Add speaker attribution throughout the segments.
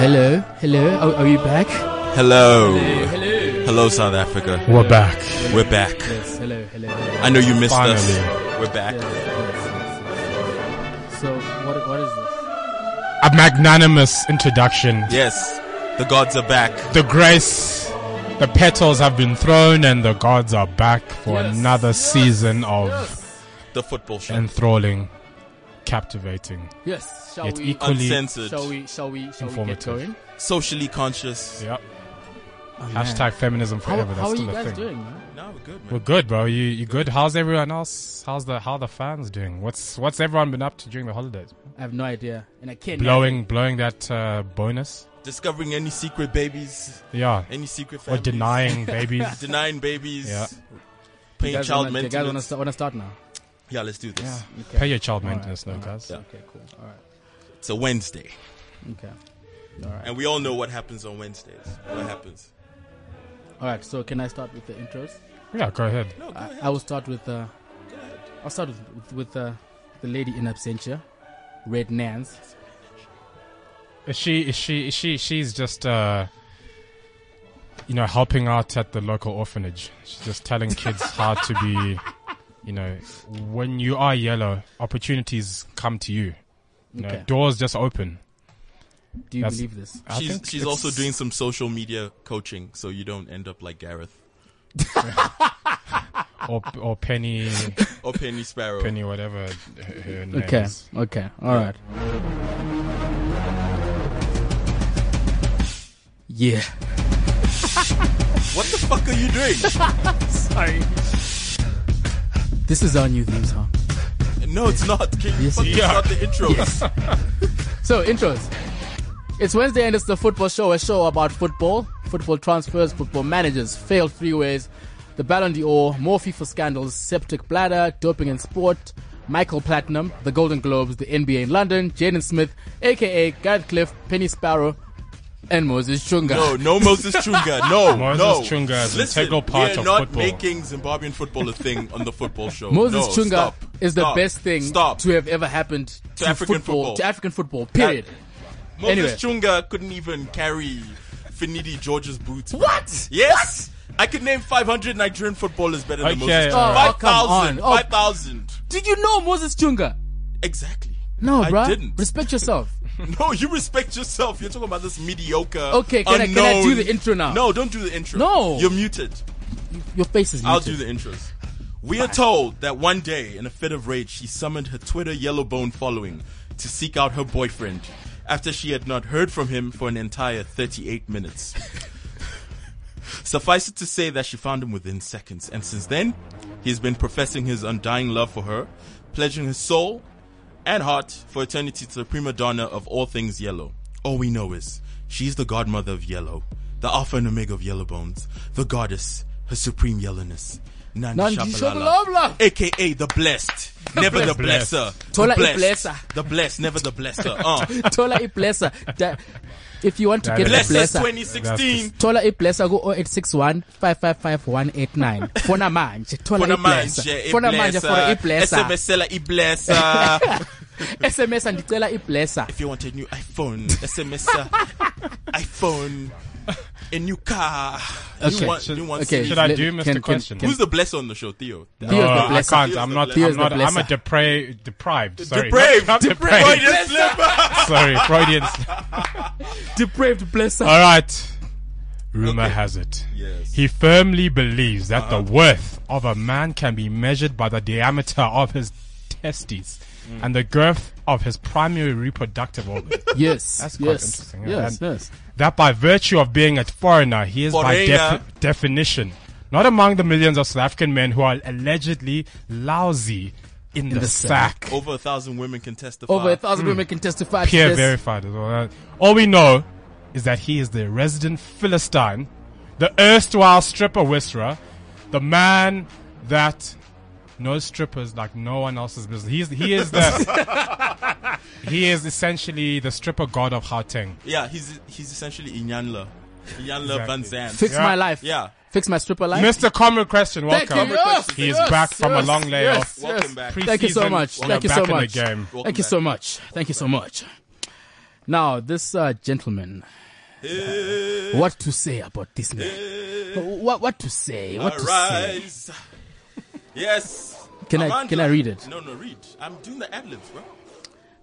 Speaker 1: Hello, hello. Are, are you back?
Speaker 2: Hello.
Speaker 1: Hello.
Speaker 2: Hello, South Africa.
Speaker 3: We're back.
Speaker 2: We're back.
Speaker 1: Yes, hello, hello. hello.
Speaker 2: I know you missed us.
Speaker 3: Finally.
Speaker 2: We're back.
Speaker 1: Yes, yes, yes, yes. So what what is this?
Speaker 3: A magnanimous introduction.
Speaker 2: Yes, the gods are back.
Speaker 3: The grace, the petals have been thrown, and the gods are back for
Speaker 1: Yes,
Speaker 3: another
Speaker 1: yes,
Speaker 3: season of
Speaker 2: The football show.
Speaker 3: enthralling, captivating,
Speaker 1: Yes. Shall
Speaker 3: yet
Speaker 1: we?
Speaker 3: equally.
Speaker 2: Uncensored.
Speaker 1: Shall we? Shall we? Shall we get
Speaker 3: Informative.
Speaker 1: going?
Speaker 2: Socially conscious.
Speaker 3: Yep.
Speaker 1: Oh,
Speaker 3: Hashtag feminism
Speaker 1: How, how
Speaker 3: forever. That's
Speaker 1: are
Speaker 3: still
Speaker 1: you
Speaker 3: a
Speaker 1: guys
Speaker 3: thing.
Speaker 1: doing? man?
Speaker 2: No, we're good, man.
Speaker 3: We're good, bro. You you good? How's everyone else? How's the how are the fans doing? What's what's everyone been up to during the holidays?
Speaker 1: I have no idea, and I can't.
Speaker 3: Blowing blowing that uh, bonus.
Speaker 2: Discovering any secret babies,
Speaker 3: Yeah.
Speaker 2: any secret
Speaker 3: Or
Speaker 2: families.
Speaker 3: denying babies.
Speaker 2: Denying babies.
Speaker 3: Yeah.
Speaker 1: You
Speaker 2: Paying
Speaker 1: guys
Speaker 2: child
Speaker 1: wanna, you guys wanna
Speaker 2: maintenance.
Speaker 1: start, wanna start now?
Speaker 2: Yeah, let's do this.
Speaker 1: Okay.
Speaker 3: Pay your child
Speaker 1: All right,
Speaker 3: maintenance, no
Speaker 1: all right.
Speaker 3: guys.
Speaker 1: Okay. Cool. All right.
Speaker 2: It's a Wednesday.
Speaker 1: Okay. All right.
Speaker 2: And we all know what happens on Wednesdays. What happens?
Speaker 1: All right. So can I start with the intros?
Speaker 3: Yeah, go ahead.
Speaker 2: No, go
Speaker 1: I,
Speaker 2: ahead.
Speaker 1: I will start with uh,
Speaker 2: Go ahead.
Speaker 1: I'll start with with, with uh, the lady in absentia, Red Nance.
Speaker 3: Is she is she is she she's just uh you know helping out at the local orphanage. She's just telling kids how to be you know when you are yellow, opportunities come to you. You know,
Speaker 1: Okay.
Speaker 3: doors just open.
Speaker 1: Do you
Speaker 3: That's-
Speaker 1: believe this?
Speaker 3: I
Speaker 2: she's
Speaker 3: think
Speaker 2: she's
Speaker 3: it's-
Speaker 2: also doing some social media coaching so you don't end up like Gareth
Speaker 3: or or Penny
Speaker 2: or Oh, Penny Sparrow.
Speaker 3: Penny whatever her, her name
Speaker 1: Okay.
Speaker 3: is.
Speaker 1: Okay. All right. Yeah.
Speaker 2: What the fuck are you doing?
Speaker 1: This is our new theme song.
Speaker 2: no, it's not. Can you
Speaker 1: Yes,
Speaker 2: fucking
Speaker 1: it is.
Speaker 2: start the intro?
Speaker 1: Yes. so intros. It's Wednesday and it's the football show, a show about football, football transfers, football managers, failed freeways, the Ballon d'Or, more FIFA scandals, septic bladder, doping in sport, Michael Platinum, the Golden Globes, the NBA in London, Jaden Smith, aka Gareth Cliff, Penny Sparrow, and Moses Chunga.
Speaker 2: No, no Moses Chunga. No,
Speaker 3: Moses
Speaker 2: no.
Speaker 3: Chunga is an
Speaker 2: Listen,
Speaker 3: integral part
Speaker 2: we are
Speaker 3: of
Speaker 2: not
Speaker 3: football.
Speaker 2: making Zimbabwean football a thing on the football show.
Speaker 1: Moses
Speaker 2: no,
Speaker 1: Chunga
Speaker 2: stop,
Speaker 1: is the
Speaker 2: stop,
Speaker 1: best thing
Speaker 2: Stop.
Speaker 1: to have ever happened to,
Speaker 2: African football.
Speaker 1: To African football, period.
Speaker 2: Moses Chunga couldn't even carry Finidi George's boots. bro.
Speaker 1: What?
Speaker 2: Yes. I could name 500 Nigerian footballers better than
Speaker 3: Okay,
Speaker 2: Moses.
Speaker 3: all
Speaker 1: right. Oh, come
Speaker 2: 5,000.
Speaker 1: on. Oh.
Speaker 2: 5,000.
Speaker 1: Did you know Moses Chunga?
Speaker 2: Exactly.
Speaker 1: No,
Speaker 2: I
Speaker 1: bruh.
Speaker 2: didn't.
Speaker 1: Respect yourself.
Speaker 2: No, you respect yourself. You're talking about this mediocre.
Speaker 1: Okay, can I- can I
Speaker 2: unknown-
Speaker 1: do the intro now?
Speaker 2: No, don't do the intro.
Speaker 1: No.
Speaker 2: You're muted.
Speaker 1: Your face is
Speaker 2: I'll
Speaker 1: muted.
Speaker 2: do the intros. We are told that one day, in a fit of rage, she summoned her Twitter yellow bone following to seek out her boyfriend after she had not heard from him for an entire 38 minutes. Suffice it to say that she found him within seconds, and since then, he has been professing his undying love for her, pledging his soul and heart for eternity to the prima donna of all things yellow. All we know is she's the godmother of yellow, the alpha and omega of yellow bones, the goddess, her supreme yellowness, Nandi,
Speaker 1: Nandi
Speaker 2: Shabalala,
Speaker 1: Shabalala.
Speaker 2: aka the blessed, never the
Speaker 3: blessed.
Speaker 2: blesser,
Speaker 1: Tola
Speaker 2: the
Speaker 1: i
Speaker 2: blessed,
Speaker 1: blesser.
Speaker 2: the blessed, never the blesser. Uh.
Speaker 1: Tola Iblesa. That, if you want to get
Speaker 3: is-
Speaker 1: the
Speaker 2: Bless us
Speaker 1: blesser,
Speaker 2: 2016.
Speaker 1: Tola Iblesa go 0861 555 189. Fona manje. Tola
Speaker 2: Fona
Speaker 1: Iblesa.
Speaker 2: manje,
Speaker 1: Fona manje for Iblesa.
Speaker 2: iblessa. SMS-ela iblessa.
Speaker 1: SMS and Tola Iblesa.
Speaker 2: If you want a new iPhone, SMS, uh, iPhone, a new car,
Speaker 1: Okay.
Speaker 2: new one,
Speaker 3: Should-
Speaker 2: new one
Speaker 1: okay.
Speaker 2: series.
Speaker 3: Should I
Speaker 1: Let-
Speaker 3: do Mr.
Speaker 1: can- can-
Speaker 3: Question?
Speaker 1: can-
Speaker 2: Who's the blessed on the show, Theo?
Speaker 1: Theo is
Speaker 3: Oh,
Speaker 1: the
Speaker 3: I
Speaker 1: blesser.
Speaker 3: can't. I'm not.
Speaker 2: Theo
Speaker 1: is
Speaker 3: I'm
Speaker 1: the
Speaker 3: not. I'm a
Speaker 1: blesser.
Speaker 3: depra- deprived. Sorry,
Speaker 2: Depraved,
Speaker 3: Not, not
Speaker 2: depraved.
Speaker 3: depraved. Sorry, Freudian. slip.
Speaker 1: Depraved Blesser.
Speaker 3: All right. Rumor has it.
Speaker 2: Yes. Uh-huh.
Speaker 3: He firmly believes that the worth of a man can be measured by the diameter of his testes
Speaker 2: Mm.
Speaker 3: and the girth of his primary reproductive organ.
Speaker 1: Yes.
Speaker 3: That's quite
Speaker 1: yes.
Speaker 3: interesting, yeah.
Speaker 1: Yes.
Speaker 3: And-
Speaker 1: Yes.
Speaker 3: that by virtue of being a foreigner, he is by
Speaker 2: Foreigner.
Speaker 3: defi- definition not among the millions of South African men who are allegedly lousy in,
Speaker 1: the
Speaker 3: the, sack.
Speaker 2: Over a thousand women can testify.
Speaker 1: Over a thousand
Speaker 3: Hmm.
Speaker 1: women can testify to
Speaker 3: Peer
Speaker 1: this.
Speaker 3: verified as well. Uh, All we know is that he is the resident Philistine, the erstwhile stripper whisperer, the man that knows strippers like no one else's business. He is, he is the he is essentially the stripper god of Gauteng.
Speaker 2: yeah, he's he's essentially Inyanla, Inyanla Van Zandt.
Speaker 1: Fix
Speaker 3: Yeah.
Speaker 1: my life.
Speaker 2: Yeah.
Speaker 1: Fix my stripper life.
Speaker 3: Mr. Common Question,
Speaker 1: Thank
Speaker 3: welcome.
Speaker 1: you. Yes,
Speaker 3: he is
Speaker 1: yes,
Speaker 3: back from
Speaker 1: yes,
Speaker 3: a long layoff.
Speaker 1: yes,
Speaker 2: Welcome
Speaker 1: yes.
Speaker 2: back.
Speaker 1: Thank you so
Speaker 3: Pre-season,
Speaker 1: much.
Speaker 3: we are
Speaker 1: Thank you
Speaker 3: back
Speaker 1: so
Speaker 3: in the
Speaker 1: much.
Speaker 3: game.
Speaker 1: Thank you so much. Thank you so much. Now, this uh, gentleman, what to say about this man? What what to say? What to say?
Speaker 2: Arise. yes.
Speaker 1: Can I-
Speaker 2: Amanda-
Speaker 1: can I read it?
Speaker 2: No, no, read. I'm doing the ad libs, bro.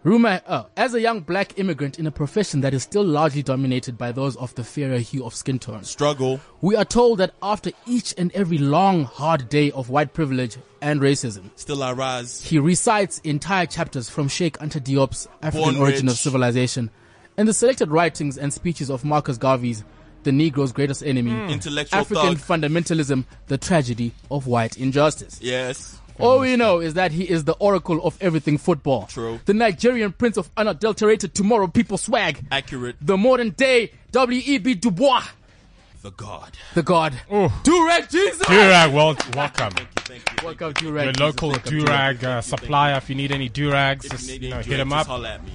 Speaker 1: Rumor, oh, as a young black immigrant in a profession that is still largely dominated by those of the fairer hue of skin tone,
Speaker 2: Struggle.
Speaker 1: we are told that after each and every long, hard day of white privilege and racism,
Speaker 2: Still arise.
Speaker 1: He recites entire chapters from Sheikh Anta Diop's African
Speaker 2: Born
Speaker 1: Origin of
Speaker 2: Rich.
Speaker 1: Civilization and the selected writings and speeches of Marcus Garvey's The Negro's Greatest Enemy,
Speaker 2: Hmm. Intellectual
Speaker 1: African
Speaker 2: thug.
Speaker 1: Fundamentalism, The Tragedy of White Injustice.
Speaker 2: yes.
Speaker 1: All we know is that he is the oracle of everything football.
Speaker 2: True.
Speaker 1: The Nigerian prince of unadulterated tomorrow people swag.
Speaker 2: Accurate.
Speaker 1: The modern day W.E.B. Du Bois,
Speaker 2: The God.
Speaker 1: the god.
Speaker 3: Ooh.
Speaker 1: Durag Jesus!
Speaker 3: Durag, well, welcome.
Speaker 2: Thank you.
Speaker 1: Welcome, Durag
Speaker 3: Your
Speaker 1: Jesus.
Speaker 3: local
Speaker 1: Welcome,
Speaker 3: Durag uh, supplier, if you need any Durags,
Speaker 2: If
Speaker 3: just
Speaker 2: you need
Speaker 3: you know,
Speaker 2: any
Speaker 3: hit
Speaker 2: durag,
Speaker 3: him
Speaker 2: just
Speaker 3: up.
Speaker 2: holla at me.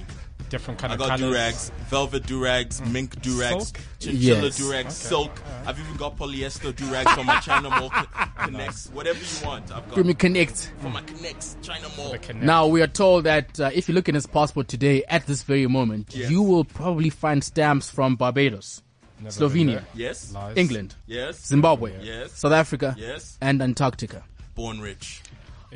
Speaker 3: Different kind
Speaker 2: I
Speaker 3: of
Speaker 2: got
Speaker 3: colors.
Speaker 2: durags, velvet durags, mink durags,
Speaker 3: Silk?
Speaker 2: chinchilla
Speaker 1: Yes.
Speaker 2: durags, silk. I've even got polyester durags from my China Mall co- connects. Whatever you want, I've got
Speaker 1: Give me connect.
Speaker 2: from my connects China Mall.
Speaker 3: The connect.
Speaker 1: Now we are told that uh, if you look in his passport today, at this very moment,
Speaker 2: Yes.
Speaker 1: you will probably find stamps from Barbados,
Speaker 3: Never been
Speaker 1: Slovenia,
Speaker 3: there.
Speaker 2: Yes,
Speaker 3: Lies.
Speaker 1: England,
Speaker 2: yes,
Speaker 1: Zimbabwe,
Speaker 2: Yes.
Speaker 1: South Africa,
Speaker 2: Yes.
Speaker 1: and Antarctica.
Speaker 2: born rich.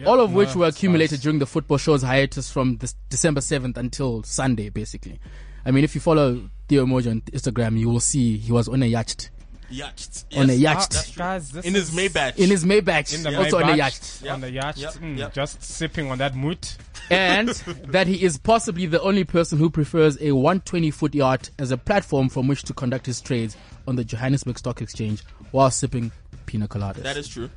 Speaker 1: All of
Speaker 3: no,
Speaker 1: which were
Speaker 3: it's
Speaker 1: accumulated
Speaker 3: nice.
Speaker 1: during the football show's hiatus from this December 7th until Sunday, basically. I mean, if you follow Theo Mojo on Instagram, you will see he was on a yacht.
Speaker 2: Yacht.
Speaker 1: On a
Speaker 3: Ah,
Speaker 1: yacht.
Speaker 3: that's- guys, this
Speaker 2: in his
Speaker 3: is-
Speaker 2: Maybach.
Speaker 1: In his Maybach,
Speaker 3: in the
Speaker 1: also on a
Speaker 3: Maybach,
Speaker 1: yacht.
Speaker 3: on the yacht,
Speaker 2: Yep,
Speaker 3: mm,
Speaker 2: yep.
Speaker 3: just sipping on that moot.
Speaker 1: and that he is possibly the only person who prefers a 120 foot yacht as a platform from which to conduct his trades on the Johannesburg Stock Exchange while sipping pina coladas.
Speaker 2: that is true.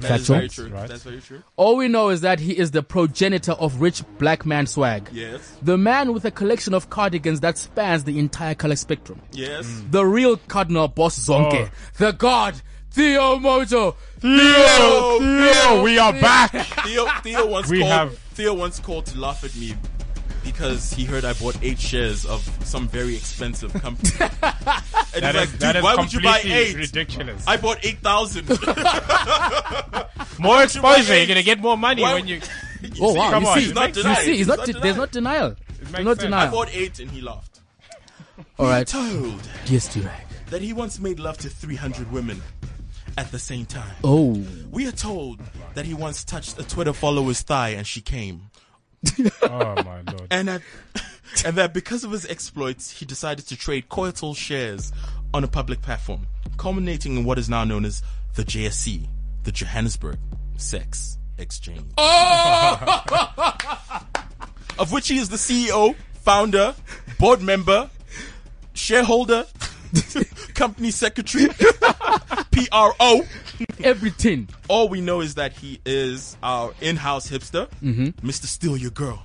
Speaker 2: That
Speaker 1: That's
Speaker 2: is very
Speaker 1: right.
Speaker 2: true.
Speaker 3: Right.
Speaker 2: That's very true.
Speaker 1: All we know is that he is the progenitor of rich black man swag.
Speaker 2: Yes,
Speaker 1: The man with a collection of cardigans that spans the entire color spectrum.
Speaker 2: yes.
Speaker 1: The real Cardinal Boss Zonke.
Speaker 3: Oh.
Speaker 1: The God, Theo Mojo.
Speaker 3: Theo,
Speaker 1: Theo,
Speaker 3: Theo, we are
Speaker 1: Theo.
Speaker 3: back.
Speaker 2: Theo, Theo once
Speaker 3: We
Speaker 2: called.
Speaker 3: have-
Speaker 2: Theo once called to laugh at me because he heard I bought eight shares of some very expensive company. and he's
Speaker 3: That
Speaker 2: like,
Speaker 3: is,
Speaker 2: dude,
Speaker 3: that is
Speaker 2: why would you buy
Speaker 3: completely
Speaker 2: eight?
Speaker 3: ridiculous.
Speaker 2: I bought eight thousand.
Speaker 1: Oh,
Speaker 3: more exposure,
Speaker 2: eight?
Speaker 3: you're gonna get more money
Speaker 2: Why
Speaker 3: when
Speaker 2: would-
Speaker 3: you.
Speaker 1: Oh
Speaker 3: see,
Speaker 1: wow!
Speaker 3: come
Speaker 1: you
Speaker 3: on,
Speaker 1: see,
Speaker 3: it's
Speaker 1: you
Speaker 3: not
Speaker 1: see,
Speaker 2: denied,
Speaker 1: he's
Speaker 2: it's
Speaker 1: not
Speaker 2: not
Speaker 1: de- there's not denial. There's
Speaker 3: makes
Speaker 1: not
Speaker 3: sense.
Speaker 2: I
Speaker 1: denial.
Speaker 2: bought eight and he laughed.
Speaker 1: All right.
Speaker 2: Told
Speaker 1: Yes, Durag.
Speaker 2: that he once made love to 300 women at the same time.
Speaker 1: Oh.
Speaker 2: We are told that he once touched a Twitter follower's thigh and she came.
Speaker 3: Oh my lord!
Speaker 2: And that, and that because of his exploits, he decided to trade coital shares on a public platform, culminating in what is now known as the JSC, the Johannesburg Sex Exchange. of which he is the CEO, founder, board member, shareholder, company secretary, PRO.
Speaker 1: everything.
Speaker 2: All we know is that he is our in-house hipster, Mr. Steal Your Girl,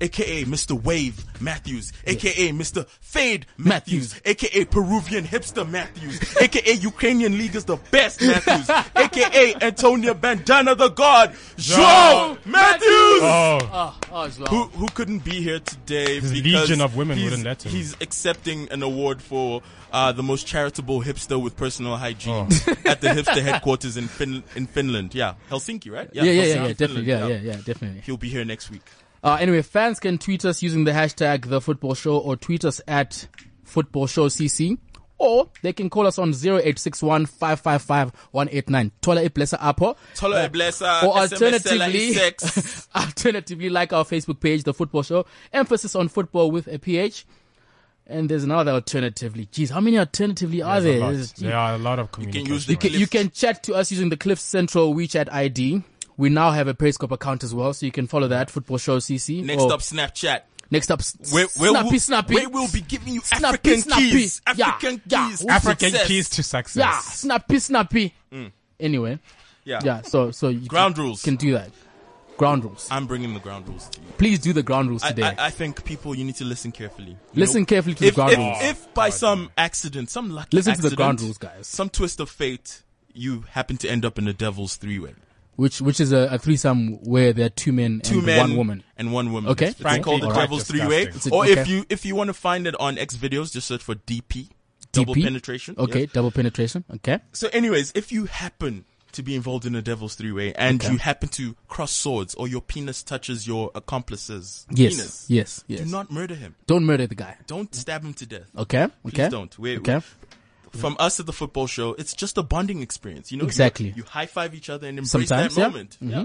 Speaker 2: aka Mr. Wave Matthews, aka Mr. Fade Matthews, aka Peruvian hipster Matthews, aka Ukrainian league is the best Matthews, aka Antonia Bandana the God, Joe
Speaker 3: Joe
Speaker 2: Matthews.
Speaker 3: Oh,
Speaker 1: Oh,
Speaker 2: Who, who couldn't be here today?
Speaker 3: His
Speaker 2: because
Speaker 3: legion of women
Speaker 2: he's-
Speaker 3: wouldn't let him.
Speaker 2: He's accepting an award for uh, the most charitable hipster with personal hygiene
Speaker 3: Oh.
Speaker 2: at the hipster headquarters in fin- in Finland. Yeah, Helsinki, right?
Speaker 1: yeah, yeah,
Speaker 2: Helsinki,
Speaker 1: yeah, yeah,
Speaker 2: Finland,
Speaker 1: definitely. Yeah, yeah, yeah, definitely.
Speaker 2: He'll be here next week.
Speaker 1: Uh, anyway, fans can tweet us using the hashtag the football show or tweet us at football show CC or they can call us on 0861 555 189. Tola e blessa apo.
Speaker 2: Tolo Eblesa,
Speaker 1: Or
Speaker 2: SMS seller
Speaker 1: alternatively,
Speaker 2: E6.
Speaker 1: alternatively, like our Facebook page, The Football Show, emphasis on football with a PH. And there's another alternatively. Geez, how many alternatively are
Speaker 3: Oh, there's a
Speaker 1: there?
Speaker 3: lot.
Speaker 1: There's-
Speaker 3: There are a lot of
Speaker 2: can
Speaker 3: communication.
Speaker 2: use the
Speaker 1: You can chat to us using the Cliff Central WeChat ID. We now have a Periscope account as well, so you can follow that Football Show CC.
Speaker 2: Next
Speaker 1: or-
Speaker 2: up, Snapchat.
Speaker 1: next up, s-
Speaker 2: Where, where
Speaker 1: Oh. snappy,
Speaker 2: we'll,
Speaker 1: snappy,
Speaker 2: where we'll be giving you
Speaker 1: Snappy,
Speaker 2: African
Speaker 1: snappy.
Speaker 2: keys.
Speaker 1: Yeah,
Speaker 2: African
Speaker 1: yeah.
Speaker 2: keys.
Speaker 3: African
Speaker 2: Success.
Speaker 3: keys to success.
Speaker 1: yeah, snappy, snappy. Anyway,
Speaker 2: Yeah.
Speaker 1: yeah. So, so you
Speaker 2: Mm. Ground
Speaker 1: can,
Speaker 2: rules.
Speaker 1: can do that. ground rules.
Speaker 2: I'm bringing the ground rules to you.
Speaker 1: Please do the ground rules
Speaker 2: I,
Speaker 1: today.
Speaker 2: I, I think people, you need to listen carefully. You
Speaker 1: Listen
Speaker 2: know,
Speaker 1: carefully to the
Speaker 2: if,
Speaker 1: ground
Speaker 2: if,
Speaker 1: rules.
Speaker 2: If by some accident, some lucky
Speaker 1: Listen to the
Speaker 2: accident,
Speaker 1: ground rules, guys.
Speaker 2: some twist of fate, you happen to end up in the devil's three-way.
Speaker 1: which which is a, a threesome where there are two men
Speaker 2: Two
Speaker 1: and
Speaker 2: men
Speaker 1: one woman.
Speaker 2: and one woman.
Speaker 1: Okay.
Speaker 2: it's, it's
Speaker 3: Frankly,
Speaker 2: called the
Speaker 3: quite
Speaker 2: devil's
Speaker 3: disgusting.
Speaker 2: three-way.
Speaker 3: It's
Speaker 1: a-
Speaker 2: Or if
Speaker 1: okay.
Speaker 2: you if you want to find it on X videos, just search for DP, double
Speaker 1: DP?
Speaker 2: penetration. yeah.
Speaker 1: Okay, double penetration. Okay.
Speaker 2: So, anyways, if you happen to be involved in a devil's three way and you happen to cross swords or your penis touches your accomplice's
Speaker 1: Yes.
Speaker 2: penis,
Speaker 1: Yes. Yes.
Speaker 2: do not murder him.
Speaker 1: Don't murder the guy.
Speaker 2: Don't stab him to death.
Speaker 1: Okay.
Speaker 2: Please
Speaker 1: okay.
Speaker 2: don't. We're-
Speaker 1: okay.
Speaker 2: From us at the football show, it's just a bonding experience. You know, You-
Speaker 1: Exactly.
Speaker 2: You, high five each other and embrace
Speaker 1: Sometimes,
Speaker 2: that
Speaker 1: yeah. Mm-hmm.
Speaker 2: moment. Yeah.